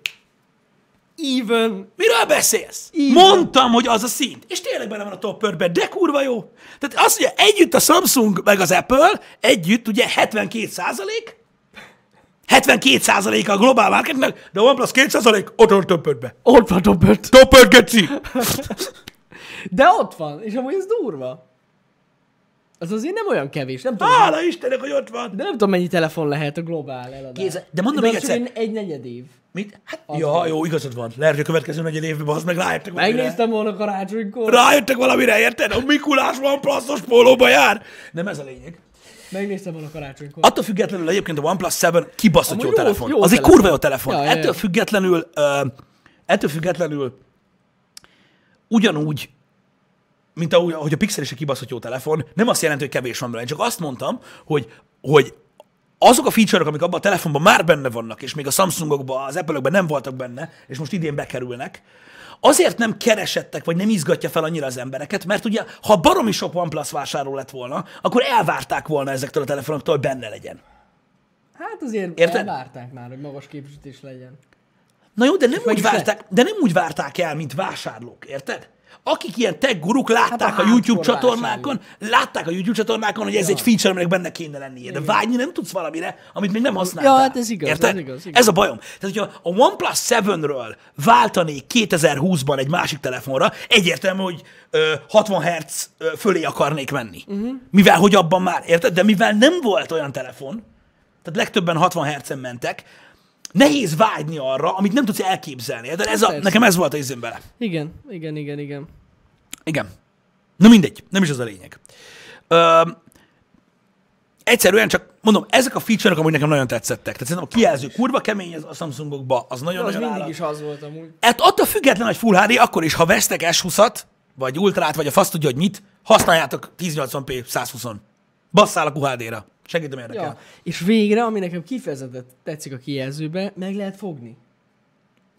Speaker 2: Even.
Speaker 1: Miről beszélsz?
Speaker 2: Így van.
Speaker 1: Mondtam, hogy az a szint. És tényleg benne van a top 5-ben, de kurva jó. Tehát azt, hogy együtt a Samsung meg az Apple, együtt ugye 72 százalék, 72 százalék a globál marketnek, de a OnePlus 2 százalék ott van a top 5-ben.
Speaker 2: Ott van Robert.
Speaker 1: Top 5, geci!
Speaker 2: De ott van, és amúgy ez durva. Az azért nem olyan kevés, nem tudom.
Speaker 1: Hála Istennek, hogy ott van!
Speaker 2: De nem tudom, mennyi telefon lehet a globál eladás.
Speaker 1: Kéz- de mondom
Speaker 2: de
Speaker 1: még
Speaker 2: az csak
Speaker 1: egyszer.
Speaker 2: Egy, egy negyed év.
Speaker 1: Mit? Hát,
Speaker 2: Az
Speaker 1: ja,
Speaker 2: van.
Speaker 1: jó, igazad van. Lehet, hogy a következő negyed évben az meg rájöttek valamire.
Speaker 2: Megnéztem volna karácsonykor.
Speaker 1: Rájöttek valamire, érted? A Mikulás van plaszos pólóba jár. Nem ez a lényeg.
Speaker 2: Megnéztem volna karácsonykor.
Speaker 1: Attól függetlenül egyébként a OnePlus 7 kibaszott
Speaker 2: Amúgy
Speaker 1: jó,
Speaker 2: jó-
Speaker 1: telefon.
Speaker 2: jó
Speaker 1: az egy
Speaker 2: telefon.
Speaker 1: kurva jó telefon.
Speaker 2: Ja, ja, ja.
Speaker 1: ettől függetlenül, ö, ettől függetlenül ugyanúgy, mint ahogy, ahogy a Pixel is egy kibaszott jó telefon, nem azt jelenti, hogy kevés van benne. Én csak azt mondtam, hogy, hogy azok a feature-ok, amik abban a telefonban már benne vannak, és még a Samsungokban, az Apple-ökben nem voltak benne, és most idén bekerülnek, azért nem keresettek, vagy nem izgatja fel annyira az embereket, mert ugye, ha baromi sok OnePlus vásárló lett volna, akkor elvárták volna ezektől a telefonoktól, hogy benne legyen.
Speaker 2: Hát azért
Speaker 1: Érted?
Speaker 2: Érted? elvárták már, hogy magas képesítés legyen.
Speaker 1: Na jó, de nem,
Speaker 2: meg
Speaker 1: úgy
Speaker 2: is lett.
Speaker 1: várták, de nem úgy várták el, mint vásárlók, érted? Akik ilyen tech guruk látták
Speaker 2: Hát a
Speaker 1: a YouTube
Speaker 2: hardcore
Speaker 1: csatornákon, látták a YouTube csatornákon, hogy ez egy feature, aminek benne kéne lennie, de vágyni nem tudsz valamire, amit még nem használtál.
Speaker 2: Ja, hát ez igaz,
Speaker 1: érted?
Speaker 2: ez igaz, igaz.
Speaker 1: Ez a bajom. Tehát, hogyha a OnePlus 7-ről váltanék 2020-ban egy másik telefonra, egyértelmű, hogy ö, 60 Hz ö, fölé akarnék menni.
Speaker 2: Mhm.
Speaker 1: Uh-huh. Mivel, hogy abban már, érted? De mivel nem volt olyan telefon, tehát legtöbben 60 Hz-en mentek, nehéz vágyni arra, amit nem tudsz elképzelni. De ez a,
Speaker 2: Persze.
Speaker 1: nekem ez volt a izém bele.
Speaker 2: Igen, igen, igen, igen.
Speaker 1: Igen. Na mindegy, nem is az a lényeg. Ö, egyszerűen csak mondom, ezek a feature-ok, amúgy nekem nagyon tetszettek. Tehát szerintem a kijelző kurva kemény az a Samsungokba, az
Speaker 2: De az
Speaker 1: nagyon-nagyon
Speaker 2: mindig
Speaker 1: állat.
Speaker 2: is az volt amúgy.
Speaker 1: Hát attól független, hogy Full HD, akkor is, ha vesztek S20-at, vagy Ultrát, vagy a fasz tudja, hogy mit, használjátok 1080p 120-on. Basszál a QHD-ra. Segít, ami érdekel.
Speaker 2: Ja. És végre, ami nekem kifejezetten tetszik a kijelzőbe, meg lehet fogni.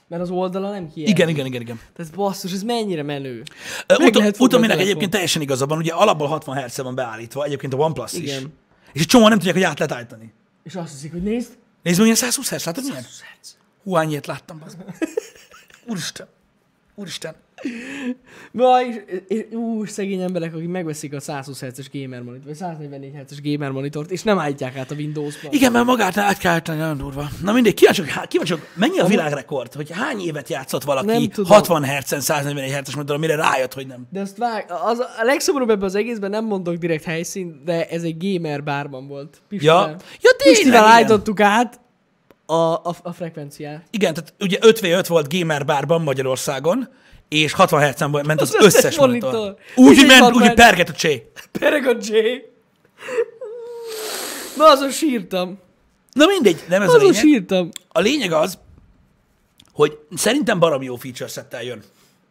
Speaker 2: Mert az oldala nem kijelző.
Speaker 1: Igen, igen, igen, igen.
Speaker 2: Tehát basszus, ez mennyire menő.
Speaker 1: Ö, Utom,
Speaker 2: Meg lehet fogni a
Speaker 1: utominek
Speaker 2: telefont.
Speaker 1: egyébként teljesen igazabban, ugye alapból 60 Hz van beállítva, egyébként a OnePlus is.
Speaker 2: Igen.
Speaker 1: És egy csomóan nem tudják, hogy át lehet állítani.
Speaker 2: És azt hiszik, hogy nézd,
Speaker 1: Nézd meg, milyen 120 Hz, látod milyen? Hú, annyiért láttam, bazd
Speaker 2: [laughs]
Speaker 1: meg. Úristen. Úristen.
Speaker 2: Na, és, és ú, szegény emberek, akik megveszik a 120 Hz-es gamer monitort, vagy 144 Hz-es gamer monitort, és nem állítják át a Windows-ba.
Speaker 1: Igen, mert magát át kell állítani, nagyon durva. Na mindegy, kíváncsi, vagyok, há- kíváncsi, vagyok, mennyi a világrekord, hogy hány évet játszott
Speaker 2: Nem
Speaker 1: valaki
Speaker 2: tudom.
Speaker 1: 60 Hz-en, 141 Hz-es monitoron, mire rájött, hogy nem.
Speaker 2: De azt vág, az a legszomorúbb ebben az egészben, nem mondok direkt helyszínt, de ez egy gamer bárban volt. Pistivel.
Speaker 1: Ja, ja tényleg,
Speaker 2: Pistivel
Speaker 1: igen.
Speaker 2: állítottuk át a, a, a frekvenciát.
Speaker 1: igen, tehát ugye 5v5 volt gamer bárban Magyarországon, és 60 Hz-en ment az,
Speaker 2: Az összes
Speaker 1: összes monitor.
Speaker 2: monitor.
Speaker 1: Úgy, hogy
Speaker 2: Mindegy
Speaker 1: ment,
Speaker 2: barkány.
Speaker 1: úgy, hogy perget a csé.
Speaker 2: Pereg a J. Na, azon sírtam.
Speaker 1: Na mindegy, nem ez a
Speaker 2: Azon
Speaker 1: lényeg.
Speaker 2: sírtam.
Speaker 1: A lényeg az, hogy szerintem barom jó feature settel jön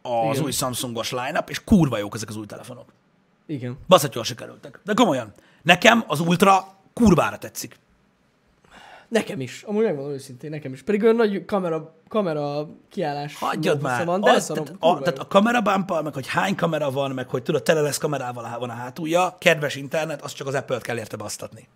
Speaker 1: az
Speaker 2: Igen.
Speaker 1: új Samsungos lineup, és kurva jók ezek az új telefonok.
Speaker 2: Igen.
Speaker 1: Baszat jól sikerültek. De komolyan, nekem az Ultra kurvára tetszik.
Speaker 2: Nekem is. Amúgy megmondom őszintén, nekem is. Pedig olyan nagy kamera, kamera kiállás.
Speaker 1: Hagyjad már.
Speaker 2: lófasza Van, szóval de
Speaker 1: az,
Speaker 2: szarom,
Speaker 1: tehát, a,
Speaker 2: kurva
Speaker 1: tehát
Speaker 2: jó.
Speaker 1: a kamerabámpal, meg hogy hány kamera van, meg hogy tudod, tele lesz kamerával van a hátulja, kedves internet, azt csak az Apple-t kell érte basztatni.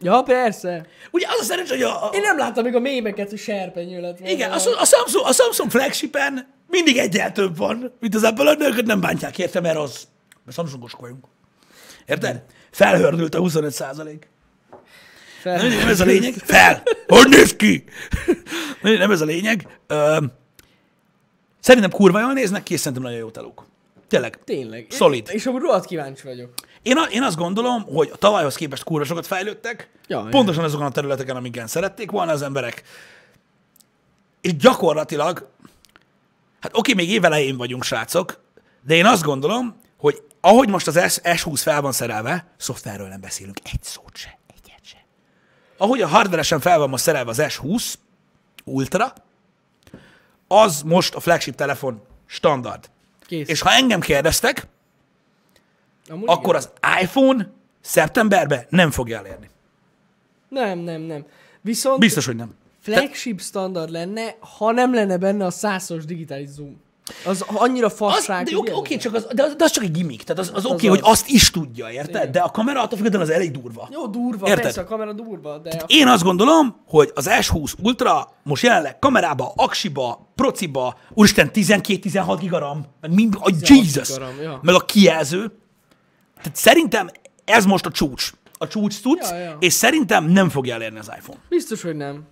Speaker 2: Ja, persze.
Speaker 1: Ugye az a szerencsé, hogy a, a,
Speaker 2: Én nem láttam még a mémeket, hogy serpenyő lett volna.
Speaker 1: Igen, a, Sam- a, Samsung, a Samsung flagship-en mindig egyel több van, mint az Apple önöket nem bántják, értem, mert az, mert Samsungosok vagyunk. Érted? Felhördült a 25 százalék.
Speaker 2: Fel-
Speaker 1: Nem ez a lényeg. Fel! Hogy néz ki? Na, Nem ez a lényeg. Öm, Szerintem kurva jól néznek ki, és szerintem nagyon jó telók. Tényleg.
Speaker 2: Tényleg.
Speaker 1: Solid.
Speaker 2: És amúgy rohadt kíváncsi vagyok.
Speaker 1: Én, a, én azt gondolom, hogy a tavalyhoz képest kurva sokat fejlődtek.
Speaker 2: Ja,
Speaker 1: pontosan azokon a területeken, amiken szerették volna az emberek. és gyakorlatilag, hát oké, még évelején vagyunk, srácok, de én azt gondolom, hogy ahogy most az S- S20 fel van szerelve, szoftverről nem beszélünk egy szót se, egyet se. Ahogy a hardveresen fel van most szerelve az S20 Ultra, az most a flagship telefon standard.
Speaker 2: Kész.
Speaker 1: És ha engem kérdeztek,
Speaker 2: Amúgy
Speaker 1: akkor az iPhone szeptemberben nem fogja elérni.
Speaker 2: igen. Nem, nem, nem. Viszont
Speaker 1: Biztos, hogy nem.
Speaker 2: flagship standard lenne, ha nem lenne benne a százszor digitális zoom. Az annyira
Speaker 1: Az,
Speaker 2: fasság.
Speaker 1: de
Speaker 2: ugye?
Speaker 1: oké, okay, csak az, de az, de az csak egy gimmick. Tehát az, az oké, okay,
Speaker 2: az.
Speaker 1: hogy azt is tudja, érted?
Speaker 2: Igen.
Speaker 1: De a kamera attól függetlenül az elég durva.
Speaker 2: Jó, durva,
Speaker 1: Érted?
Speaker 2: Érted? persze a kamera durva, de...
Speaker 1: Én azt gondolom, hogy az S20 Ultra most jelenleg kamerába, aksiba, prociba, úristen 12-16 gigaram, meg mind, a
Speaker 2: 16
Speaker 1: Jesus,
Speaker 2: gigaram, ja.
Speaker 1: meg a kijelző. Tehát szerintem ez most a csúcs. A csúcs tudsz,
Speaker 2: Ja, ja.
Speaker 1: és szerintem nem fogja elérni az iPhone.
Speaker 2: Biztos, hogy nem.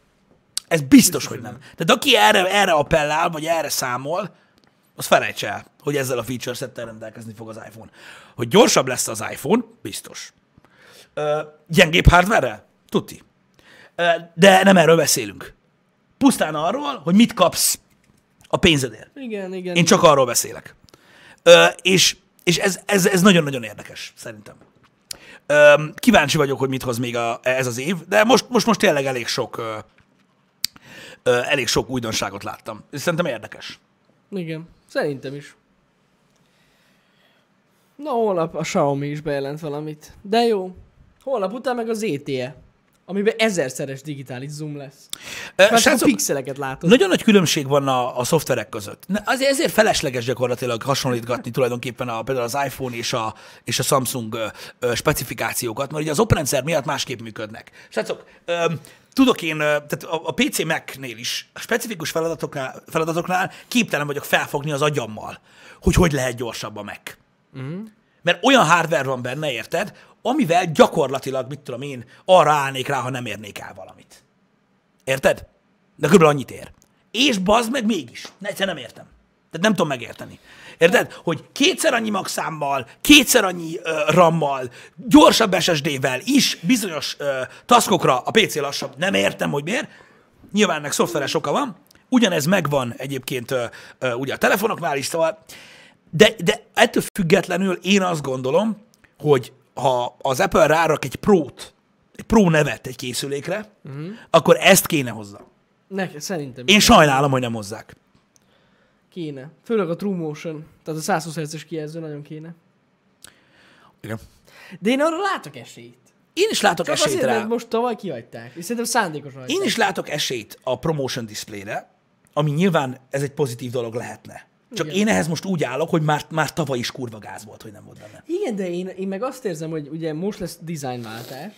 Speaker 1: Ez biztos, hogy nem. Tehát aki erre, erre appellál, vagy erre számol, az felejtse el, hogy ezzel a feature settel rendelkezni fog az iPhone. Hogy gyorsabb lesz az iPhone, biztos. Ö, gyengébb hardware Tuti. Ö, de nem erről beszélünk. Pusztán arról, hogy mit kapsz a pénzedért.
Speaker 2: Igen, igen.
Speaker 1: Én csak arról beszélek. Ö, és és ez, ez, ez nagyon-nagyon érdekes, szerintem. Ö, kíváncsi vagyok, hogy mit hoz még a, ez az év, de most, most, most tényleg elég sok, ö, ö, elég sok újdonságot láttam. És Szerintem érdekes.
Speaker 2: Igen, szerintem is. Na, holnap a Xiaomi is bejelent valamit. De jó. Holnap után meg az ZTE, E, amiben ezerszeres digitális zoom lesz.
Speaker 1: Ö,
Speaker 2: Már csak a
Speaker 1: srácok,
Speaker 2: pixeleket látod.
Speaker 1: Nagyon nagy különbség van a, a szoftverek között. Na, Azért, ezért felesleges gyakorlatilag hasonlítgatni tulajdonképpen a, például az iPhone és a, és a Samsung ö, ö, specifikációkat, mert ugye az oprendszer miatt másképp működnek. Srácok, ö, tudok én, ö, tehát a, a PC Mac-nél is, a specifikus feladatoknál, feladatoknál képtelen vagyok felfogni az agyammal, hogy hogy lehet gyorsabb a Mac. Mert olyan hardware van benne, érted, amivel gyakorlatilag, mit tudom én, arra állnék rá, ha nem érnék el valamit. Érted? De körülbelül annyit ér. És bazd meg mégis. Ne, Egyszer nem értem. Tehát nem tudom megérteni. Érted? Hogy kétszer annyi magszámmal, kétszer annyi uh, rammal, gyorsabb SSD-vel is bizonyos uh, taskokra a PC lassabb. Nem értem, hogy miért. Nyilván meg szoftveres oka van. Ugyanez megvan egyébként uh, uh, ugye a telefonoknál is, szóval. De, de ettől függetlenül én azt gondolom, hogy ha az Apple rárak egy prót, egy pró nevet egy készülékre, uh-huh. akkor ezt kéne hozzá.
Speaker 2: Nekem szerintem is
Speaker 1: Én sajnálom, hogy nem hozzák.
Speaker 2: kéne. Főleg a True Motion, tehát a 120 Hz-es kijelző nagyon kéne.
Speaker 1: Igen.
Speaker 2: De én arra látok esélyt.
Speaker 1: Én is látok
Speaker 2: Csak
Speaker 1: esélyt
Speaker 2: azért,
Speaker 1: rá.
Speaker 2: mert most tavaly kihagyták. És szerintem szándékosan
Speaker 1: Én
Speaker 2: hagyták.
Speaker 1: is látok esélyt a promotion displayre, ami nyilván ez egy pozitív dolog lehetne. Csak
Speaker 2: Igen.
Speaker 1: én ehhez most úgy állok, hogy már, már tavaly is kurva gáz volt, hogy nem volt benne.
Speaker 2: Igen, de én, én meg azt érzem, hogy ugye most lesz designváltás.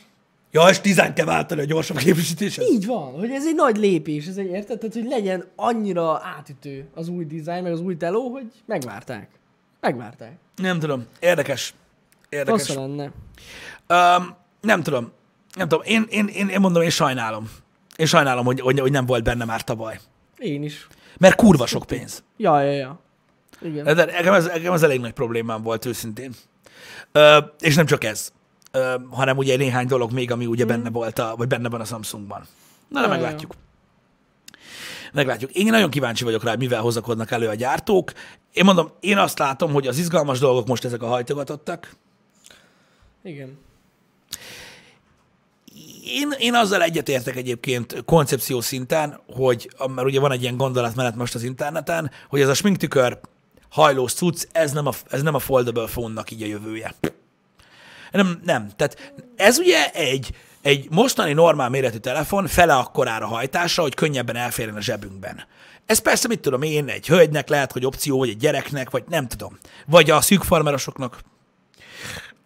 Speaker 1: Ja, és dizájnt kell váltani a gyorsabb képesítéshez.
Speaker 2: Így van, hogy ez egy nagy lépés, ez egy érted? Tehát, hogy legyen annyira átütő az új design, meg az új teló, hogy megvárták. Megvárták.
Speaker 1: Nem tudom. Érdekes. Érdekes.
Speaker 2: Fasza lenne.
Speaker 1: Um, nem tudom. Nem tudom. Én, én, én, én mondom, én sajnálom. Én sajnálom, hogy, hogy, hogy nem volt benne már tavaly.
Speaker 2: Én is.
Speaker 1: Mert kurva sok pénz.
Speaker 2: Ja, ja, ja. Igen.
Speaker 1: De engem ez, engem ez elég nagy problémám volt, őszintén. Ö, és nem csak ez, ö, hanem ugye néhány dolog még, ami ugye benne volt, a, vagy benne van a Samsungban. Na, de
Speaker 2: Ja,
Speaker 1: meglátjuk. Meglátjuk. Én nagyon kíváncsi vagyok rá, hogy mivel hozakodnak elő a gyártók. Én mondom, én azt látom, hogy az izgalmas dolgok most ezek a hajtogatottak.
Speaker 2: Igen.
Speaker 1: Én, én azzal egyetértek egyébként koncepció szinten, hogy, mert ugye van egy ilyen gondolatmenet most az interneten, hogy ez a sminktükör hajlós cucc, ez nem a, ez nem a foldable phone-nak így a jövője. Nem, nem. Tehát ez ugye egy, egy mostani normál méretű telefon fele akkorára hajtása, hogy könnyebben elférjen a zsebünkben. Ez persze, mit tudom én, egy hölgynek lehet, hogy opció, vagy egy gyereknek, vagy nem tudom. Vagy a szűkfarmerosoknak,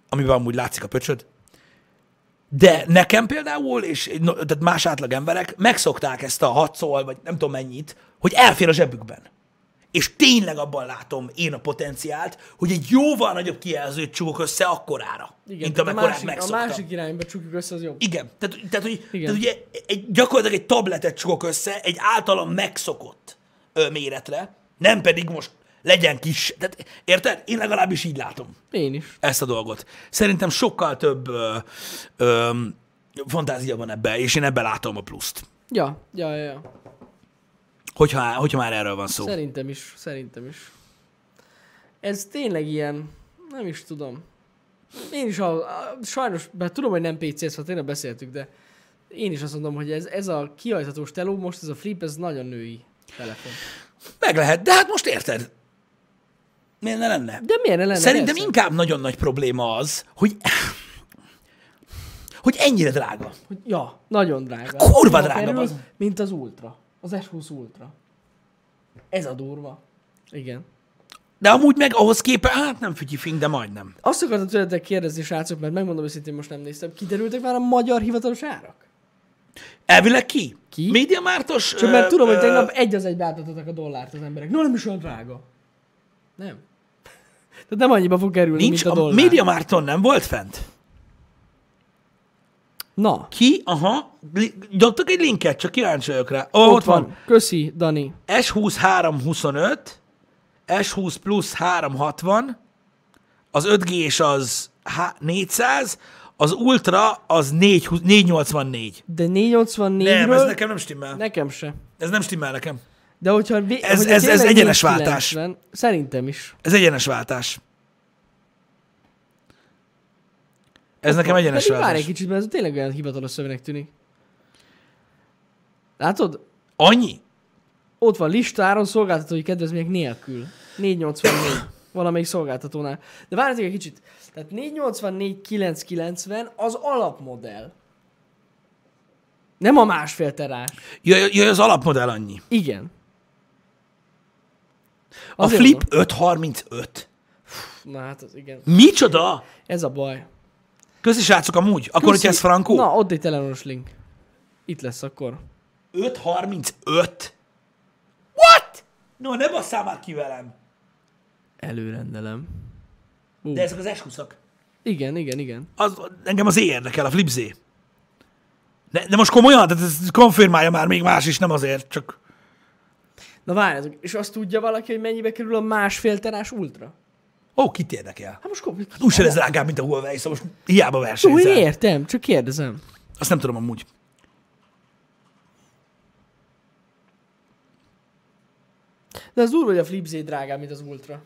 Speaker 1: amiben amúgy látszik a pöcsöd. De nekem például, és no- tehát más átlag emberek megszokták ezt a hatszol, vagy nem tudom mennyit, hogy elfér a zsebükben. És tényleg abban látom én a potenciált, hogy egy jóval nagyobb kijelzőt csukok össze akkorára, Igen,
Speaker 2: Igen.
Speaker 1: mint
Speaker 2: tehát
Speaker 1: amekkorát
Speaker 2: másik, a
Speaker 1: megszoktam.
Speaker 2: másik irányba csukjuk össze, az jobb.
Speaker 1: Igen, tehát, tehát, hogy,
Speaker 2: Igen.
Speaker 1: tehát ugye egy, gyakorlatilag egy tabletet csukok össze egy általam megszokott ö, méretre, nem pedig most legyen kis. Tehát, érted? Én legalábbis így látom
Speaker 2: Én is.
Speaker 1: ezt a dolgot. Szerintem sokkal több ö, ö, fantázia van ebbe, és én ebbe látom a pluszt.
Speaker 2: Ja, ja, ja, ja.
Speaker 1: Hogyha, hogyha már erről van szó.
Speaker 2: Szerintem is, szerintem is. Ez tényleg ilyen, nem is tudom. Én is, a, a, sajnos, bár tudom, hogy nem PC-sz, hát tényleg beszéltük, de én is azt mondom, hogy ez, ez a kihajthatós teló, most ez a flip, ez nagyon női telefon.
Speaker 1: Meg lehet, de hát most érted. Miért ne lenne?
Speaker 2: De miért ne lenne?
Speaker 1: Szerintem
Speaker 2: Persze.
Speaker 1: inkább nagyon nagy probléma az, hogy hogy ennyire drága.
Speaker 2: Hogy, ja, nagyon drága.
Speaker 1: kurva
Speaker 2: Annyiba
Speaker 1: drága,
Speaker 2: kerül,
Speaker 1: bazd.
Speaker 2: Mint az Ultra. Az S20 Ultra. Ez a durva. Igen.
Speaker 1: De amúgy meg ahhoz képe, hát nem fügyi fing, de majdnem.
Speaker 2: Azt akartam tőletek kérdezni, srácok, mert megmondom őszintén, most nem néztem. Kiderültek már a magyar hivatalos árak?
Speaker 1: Elvileg ki?
Speaker 2: Ki?
Speaker 1: Média Mártos?
Speaker 2: Csak mert tudom, hogy tegnap egy az egybe átadtak a dollárt az emberek. Na nem is olyan drága. Nem. [laughs] Tehát nem annyiba fog kerülni,
Speaker 1: Nincs,
Speaker 2: mint a
Speaker 1: a,
Speaker 2: dollár.
Speaker 1: Média Márton nem volt fent.
Speaker 2: Na,
Speaker 1: Ki? Aha. Li- Dobtak egy linket, csak kíváncsi vagyok rá. Ó,
Speaker 2: ott, van. Köszi, Dani.
Speaker 1: S20 325, S20 plusz 360, az 5G és az há- 400, az Ultra az 4, 484.
Speaker 2: De 484
Speaker 1: Nem, ez nekem nem stimmel.
Speaker 2: nekem se.
Speaker 1: Ez nem stimmel nekem.
Speaker 2: De hogyha... vé-
Speaker 1: Ez-
Speaker 2: hogyha
Speaker 1: ez- ez
Speaker 2: tényleg
Speaker 1: egyenes
Speaker 2: 490, Szerintem is.
Speaker 1: Ez egyenes váltás. Ez nekem egyenes
Speaker 2: Pedig várj egy
Speaker 1: váltás.
Speaker 2: kicsit, mert ez tényleg olyan hivatalos szövegnek tűnik. Látod?
Speaker 1: Annyi?
Speaker 2: Ott van listáron szolgáltatói kedvezmények nélkül. 484 valamelyik szolgáltatónál. De várjátok egy kicsit. Tehát 484 990 az alapmodell. Nem a másfél terás.
Speaker 1: Jaj, jaj, az alapmodell annyi.
Speaker 2: Igen.
Speaker 1: A
Speaker 2: Azért
Speaker 1: Flip 535.
Speaker 2: Mondom. Na hát az igen.
Speaker 1: Micsoda?
Speaker 2: Ez a baj.
Speaker 1: Köszi srácok amúgy. Akkor,
Speaker 2: Köszi.
Speaker 1: hogyha ez frankó?
Speaker 2: Na, ott egy telefonos link. Itt lesz akkor.
Speaker 1: 535? What? No, ne basszál már ki velem.
Speaker 2: Előrendelem.
Speaker 1: De ezek az S20-ak.
Speaker 2: Igen, igen, igen.
Speaker 1: Az, engem az érdekel, a flipzé. De, de most komolyan? Tehát ez konfirmálja már még más is, nem azért, csak...
Speaker 2: Na várjátok, és azt tudja valaki, hogy mennyibe kerül a másfél terás ultra?
Speaker 1: Ó, kit érdekel?
Speaker 2: Hát most komolyan. Hát
Speaker 1: Úgy se lesz drágább, mint a Huawei, szóval most hiába
Speaker 2: Jó, én
Speaker 1: versenyzel.
Speaker 2: értem, csak kérdezem.
Speaker 1: Azt nem tudom amúgy.
Speaker 2: De az úr, hogy a Flipzé drágább, mint az Ultra.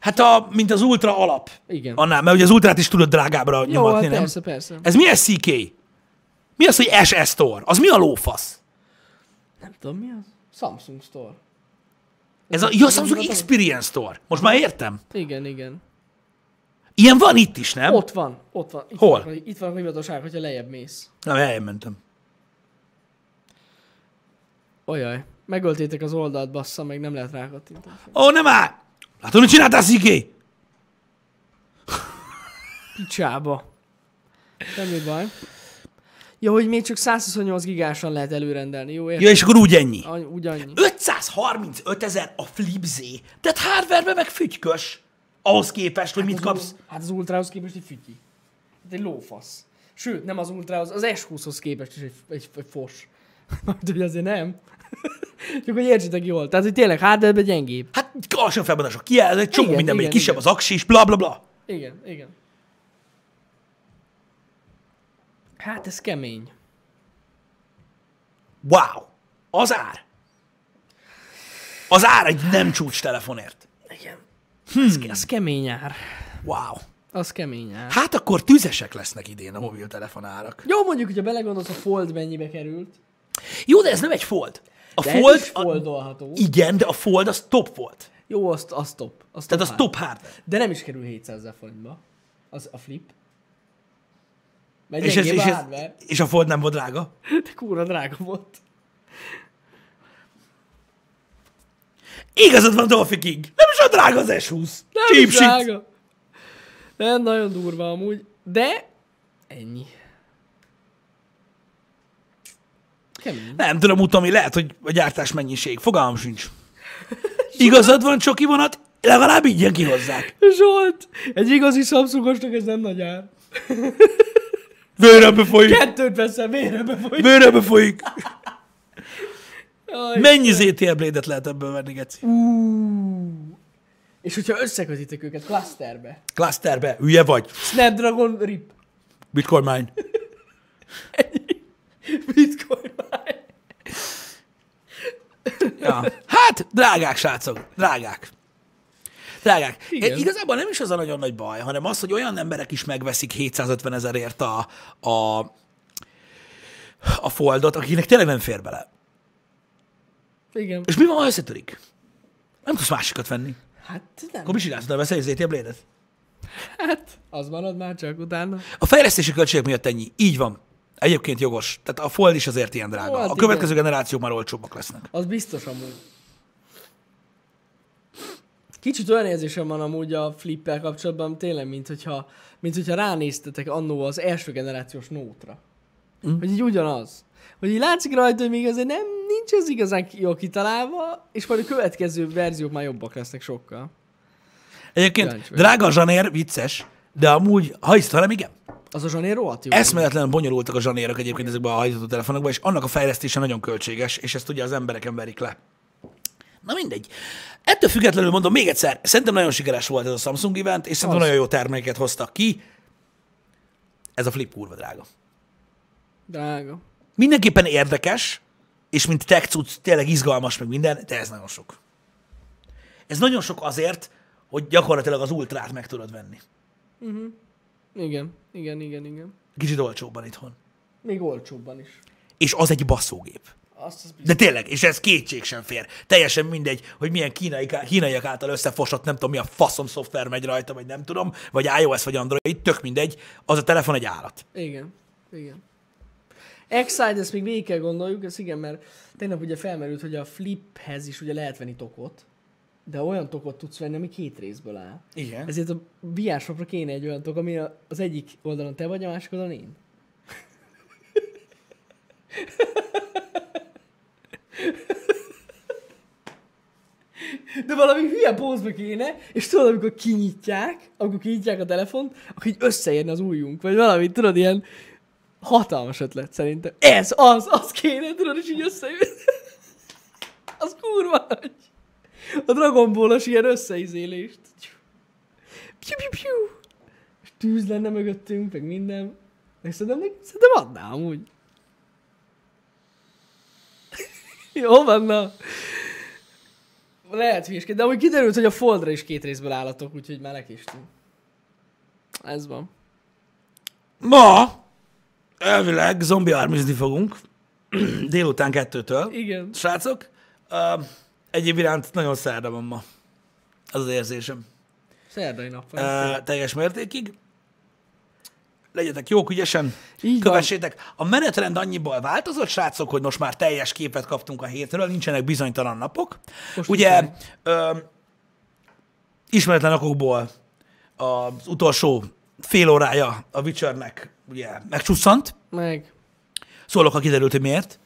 Speaker 1: Hát a, mint az Ultra alap.
Speaker 2: Igen.
Speaker 1: Annál, mert ugye az Ultrát is tudod drágábbra
Speaker 2: Jó,
Speaker 1: nyomatni,
Speaker 2: hát
Speaker 1: nem?
Speaker 2: persze, persze.
Speaker 1: Ez milyen CK? Mi az, hogy SS Store? Az mi a lófasz?
Speaker 2: Nem tudom, mi az? Samsung Store.
Speaker 1: Ez a, ja, Samsung Experience Store. Most már értem.
Speaker 2: Igen, igen.
Speaker 1: Ilyen van itt is, nem?
Speaker 2: Ott van, ott van. Itt
Speaker 1: Hol?
Speaker 2: Van, itt van a hivatalság, hogyha lejjebb mész.
Speaker 1: Nem, eljön mentem.
Speaker 2: Olyaj. Megöltétek az oldalt, bassza, meg nem lehet rákattintani.
Speaker 1: Ó, nem áll! Látod, mit csináltál, CK?
Speaker 2: Picsába. Semmi baj. Ja, hogy még csak 128 gigásan lehet előrendelni, jó? Értem.
Speaker 1: Ja, és akkor úgy ennyi.
Speaker 2: Any, ugyannyi.
Speaker 1: 535 ezer a flipzé. Tehát hardware meg fütykös. Ahhoz képest, hogy mit
Speaker 2: Az
Speaker 1: kapsz.
Speaker 2: ul- Hát az Ultrahoz képest egy fütyi. Hát egy lófasz. Sőt, nem az Ultrahoz, az S20-hoz képest is egy, egy, egy [laughs] fos. Mert hogy azért nem. [laughs] Csak hogy értsétek jól. Tehát, hogy tényleg hardware gyengébb.
Speaker 1: Hát alsó felbadások kijelz, egy csomó
Speaker 2: Igen,
Speaker 1: minden, még
Speaker 2: igen,
Speaker 1: kisebb az
Speaker 2: igen.
Speaker 1: aksis, bla bla bla.
Speaker 2: Igen, igen. Hát ez kemény.
Speaker 1: Wow! Az ár. Az ár egy nem csúcs telefonért.
Speaker 2: Igen. Hmm. Ez, ez kemény ár.
Speaker 1: Wow.
Speaker 2: Az kemény ár.
Speaker 1: Hát akkor tüzesek lesznek idén a mobiltelefon árak.
Speaker 2: Jó, mondjuk, hogyha belegondolsz, a Fold mennyibe került.
Speaker 1: Jó, de ez nem egy fold. A
Speaker 2: De
Speaker 1: fold,
Speaker 2: ez is
Speaker 1: a,
Speaker 2: foldolható.
Speaker 1: igen, de a fold az top volt.
Speaker 2: Jó, azt, azt top. Azt
Speaker 1: Tehát az
Speaker 2: ár.
Speaker 1: top hardware.
Speaker 2: De nem is kerül 700 ezer forintba. Az a flip. Mert
Speaker 1: És, ez, és, ez,
Speaker 2: hardware.
Speaker 1: és a fold nem volt drága.
Speaker 2: De kúra drága volt.
Speaker 1: Igazad van, Dolphy King. Nem is olyan drága az S20.
Speaker 2: Nem is
Speaker 1: Cheap shit.
Speaker 2: drága. Nem, nagyon durva amúgy. De ennyi. Kemény.
Speaker 1: Nem tudom, utomi, lehet, hogy a gyártás mennyiség. Fogalmam
Speaker 2: [laughs]
Speaker 1: sincs. Igazad van, csoki vonat, legalább így jön ki hozzák.
Speaker 2: Zsolt! Egy igazi Samsungosnak ez nem nagy ár.
Speaker 1: Vőrömbe folyik.
Speaker 2: Kettőt veszel, vérebe foly.
Speaker 1: Vőrömbe folyik.
Speaker 2: Jaj.
Speaker 1: Mennyi ZTE blade lehet ebből venni, Geci?
Speaker 2: És hogyha összekötitek őket clusterbe.
Speaker 1: Clusterbe, hülye vagy.
Speaker 2: Snapdragon rip.
Speaker 1: Bitcoin mine.
Speaker 2: Bitcoin mine.
Speaker 1: Ja. Hát, drágák, srácok, drágák. Drágák.
Speaker 2: Igen.
Speaker 1: Igen. Igazából nem is az a nagyon nagy baj, hanem az, hogy olyan emberek is megveszik 750 ezerért a, a, a foldot, akinek tényleg nem fér bele.
Speaker 2: Igen.
Speaker 1: És mi van, ha összetörik? Nem tudsz másikat venni.
Speaker 2: Hát nem.
Speaker 1: Akkor mi csinálsz, de veszel egy ATM blédet?
Speaker 2: Hát, az marad már csak utána.
Speaker 1: A fejlesztési költségek miatt ennyi. Így van. Egyébként jogos. Tehát a fold is azért ilyen drága.
Speaker 2: Ó, hát
Speaker 1: a következő generációk már olcsóbbak lesznek.
Speaker 2: Az biztos amúgy. Kicsit olyan érzésem van amúgy a flippel kapcsolatban, tényleg, mint hogyha, mint hogyha ránéztetek annó az első generációs nótra. Mm. Hogy így ugyanaz. Hogy így látszik rajta, hogy még azért nem, nincs ez igazán ki- jól kitalálva, és majd a következő verziók már jobbak lesznek sokkal.
Speaker 1: Egyébként
Speaker 2: Kíváncsi vagyok.
Speaker 1: drága a zsanér, vicces, de amúgy, ha hiszed, hanem igen.
Speaker 2: Az a zsanér rohadt jó.
Speaker 1: Eszméletlenül bonyolultak a zsanérok egyébként ezekben a hajtató telefonokban, és annak a fejlesztése nagyon költséges, és ezt ugye az emberek emberik le. Na mindegy. Ettől függetlenül mondom még egyszer, szerintem nagyon sikeres volt ez a Samsung event, és szerintem
Speaker 2: Az.
Speaker 1: nagyon jó terméket hoztak ki. Ez a flip kurva drága.
Speaker 2: Drága.
Speaker 1: Mindenképpen érdekes, és mint tech cucc, tényleg izgalmas meg minden, de ez nagyon sok. Ez nagyon sok azért, hogy gyakorlatilag az ultrát meg tudod venni.
Speaker 2: Igen, igen, igen, igen.
Speaker 1: Kicsit olcsóbban itthon.
Speaker 2: Még olcsóbban is.
Speaker 1: És az egy basszógép.
Speaker 2: Azt az biztos.
Speaker 1: De tényleg, és ez kétség sem fér. Teljesen mindegy, hogy milyen kínai, kínaiak által összefosott, nem tudom, mi a faszom szoftver megy rajta, vagy nem tudom, vagy iOS, vagy Android, tök mindegy, az a telefon egy állat.
Speaker 2: Igen, igen. Excite, ezt még végig kell gondoljuk, ez igen, mert tegnap ugye felmerült, hogy a fliphez is ugye lehet venni tokot, de olyan tokot tudsz venni, ami két részből áll.
Speaker 1: Igen.
Speaker 2: Ezért a viásokra kéne egy olyan tok, ami a- az egyik oldalon te vagy, a másik oldalon én. De valami hülye pózba kéne, és tudod, amikor kinyitják, amikor kinyitják a telefont, akkor így összeérne az ujjunk, vagy valami, tudod, ilyen hatalmas ötlet szerintem. Ez, az, az kéne, tudod, és így összejön. [laughs] az kurva nagy. A Dragon Ball-os ilyen összeizélést. Piu, piu, piu. És tűz lenne mögöttünk, meg minden. És szerintem, neki- szerintem adná amúgy. [laughs] Jó van, na. Lehet hülyeskedni, de amúgy kiderült, hogy a foldra is két részből állatok, úgyhogy már lekéstünk. Ez van.
Speaker 1: Ma elvileg zombi ármizni fogunk, [clears throat] délután kettőtől.
Speaker 2: Igen.
Speaker 1: Srácok, uh, egyéb iránt nagyon szerda van ma. Az az érzésem.
Speaker 2: Szerdai nap van.
Speaker 1: Uh, teljes mértékig. Legyetek jók, ügyesen.
Speaker 2: Így van.
Speaker 1: Kövessétek. A menetrend annyiból változott, srácok, hogy most már teljes képet kaptunk a hétről, nincsenek bizonytalan napok.
Speaker 2: Most
Speaker 1: Ugye,
Speaker 2: nincsenek.
Speaker 1: ö, ismeretlen okokból az utolsó fél órája a Witchernek ugye megcsusszant,
Speaker 2: Meg.
Speaker 1: Szólok, ha kiderült, hogy miért.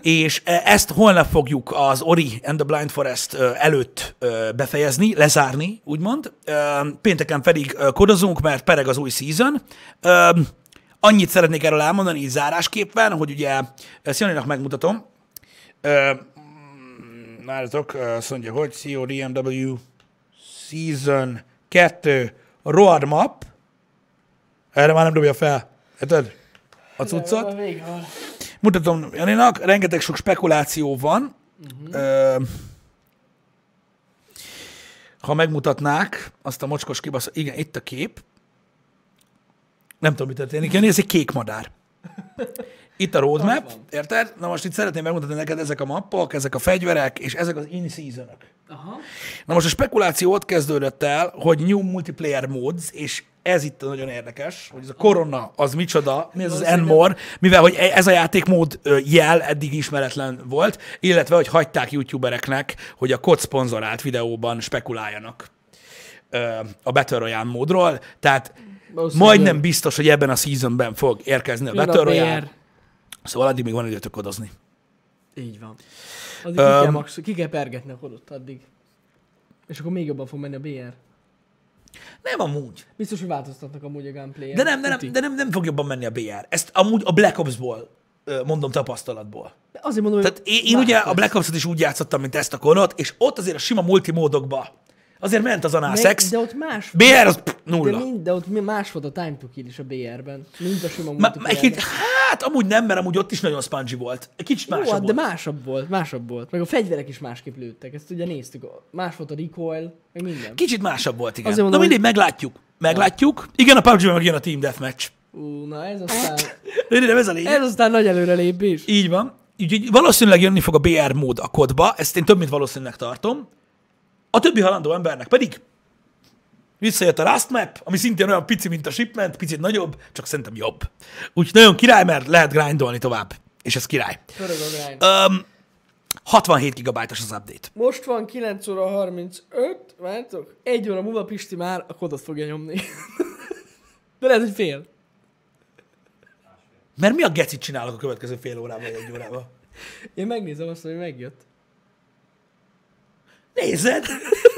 Speaker 1: És e- ezt holnap fogjuk az Ori and the Blind Forest ö, előtt ö, befejezni, lezárni, úgymond. Ö, Pénteken pedig ö, kodozunk, mert pereg az új season. Ö, Annyit szeretnék erről elmondani így zárásképpen, hogy ugye ö, Szioninak megmutatom. Ö, mm, Várjatok, ö, azt mondja, hogy CODMW Season 2 Road Map. Erre már nem dobja fel. Érted? A cuccot.
Speaker 2: Vége van.
Speaker 1: Mutatom Janinak, rengeteg sok spekuláció van. Uh-huh. Ö, ha megmutatnák azt a mocskos kibasz... Igen, itt a kép. Nem tudom, mi történik. Jani, ez egy kék madár. Itt a roadmap,
Speaker 2: van.
Speaker 1: érted? Na most itt szeretném megmutatni neked ezek a mappok, ezek a fegyverek, és ezek az in season
Speaker 2: Aha.
Speaker 1: Na most a spekuláció ott kezdődött el, hogy new multiplayer modes, és ez itt nagyon érdekes, hogy ez a korona, az micsoda, mi ez az
Speaker 2: Valószínűleg-
Speaker 1: Enmore, mivel hogy e- ez a játékmód ö, jel eddig ismeretlen volt, illetve hogy hagyták youtubereknek, hogy a kod szponzorált videóban spekuláljanak ö, a Battle Royale módról, tehát
Speaker 2: Valószínűleg.
Speaker 1: majdnem biztos, hogy ebben a seasonben fog érkezni a
Speaker 2: Jön
Speaker 1: Battle
Speaker 2: a
Speaker 1: Royale,
Speaker 2: BR.
Speaker 1: szóval addig még van időtök kodozni.
Speaker 2: Így van. Addig ki, kell max- ki kell pergetni a kodot addig. És akkor még jobban fog menni a BR.
Speaker 1: Nem amúgy.
Speaker 2: Biztos, hogy változtatnak amúgy a gameplay
Speaker 1: De nem, de nem, de nem, nem fog jobban menni a BR. Ezt amúgy a Black Ops-ból ö, mondom tapasztalatból.
Speaker 2: Azért mondom, hogy...
Speaker 1: Tehát én, én ugye a Black Ops-ot is úgy játszottam, mint ezt a konot, és ott azért a sima multimódokba azért ment az
Speaker 2: Meg-
Speaker 1: anászex.
Speaker 2: De ott más...
Speaker 1: BR az pff,
Speaker 2: de,
Speaker 1: nulla.
Speaker 2: mind, de ott mi- más volt a time to kill is a BR-ben. Mint a sima
Speaker 1: Ma- ma-
Speaker 2: multiplayerben.
Speaker 1: egy- Hát Hát amúgy nem, mert amúgy ott is nagyon spongy volt. Egy Kicsit
Speaker 2: Jó,
Speaker 1: más
Speaker 2: hát
Speaker 1: volt.
Speaker 2: de másabb volt, másabb volt. Meg a fegyverek is másképp lőttek, ezt ugye néztük. Más volt a recoil, meg minden.
Speaker 1: Kicsit másabb volt, igen.
Speaker 2: Azért
Speaker 1: Mondom,
Speaker 2: mondom,
Speaker 1: Na mindig, meglátjuk. Meglátjuk. Igen, a PUBG-ben megjön a Team Deathmatch.
Speaker 2: Ú, na ez
Speaker 1: Hát-
Speaker 2: aztán,
Speaker 1: De nem ez a lényeg.
Speaker 2: ez aztán nagy előrelépés.
Speaker 1: Így van. Úgyhogy valószínűleg jönni fog a BR mód a kodba, ezt én több mint valószínűleg tartom. A többi halandó embernek pedig visszajött a Rust Map, ami szintén olyan pici, mint a Shipment, picit nagyobb, csak szerintem jobb. Úgyhogy nagyon király, mert lehet grindolni tovább, és ez király.
Speaker 2: Pörög a grind.
Speaker 1: Um, 67 gigabájtos az update.
Speaker 2: Most van 9 óra 35, vártok? Egy óra múlva Pisti már a kodot fogja nyomni. [laughs] De lehet, hogy fél.
Speaker 1: Mert mi a gecit csinálok a következő fél órában, vagy egy órában?
Speaker 2: Én megnézem azt, hogy megjött.
Speaker 1: Nézed!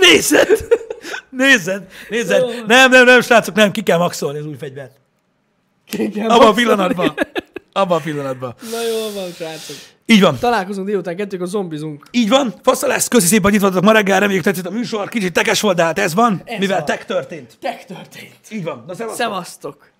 Speaker 1: Nézed! Nézed! Nézed! Nem, nem, nem, srácok, nem, ki kell maxolni az új fegyvert.
Speaker 2: Igen,
Speaker 1: Abban a pillanatban. Abban a pillanatban.
Speaker 2: Na jól van, srácok.
Speaker 1: Így van.
Speaker 2: Találkozunk délután kettőkor zombizunk.
Speaker 1: Így van, fasza lesz, köszi szépen, hogy itt voltatok ma reggel, reméljük tetszett a műsor, kicsit tekes volt, de hát ez van, ez mivel
Speaker 2: van.
Speaker 1: tek történt.
Speaker 2: Tech történt.
Speaker 1: Így van, na szevasztok.
Speaker 2: Szevasztok!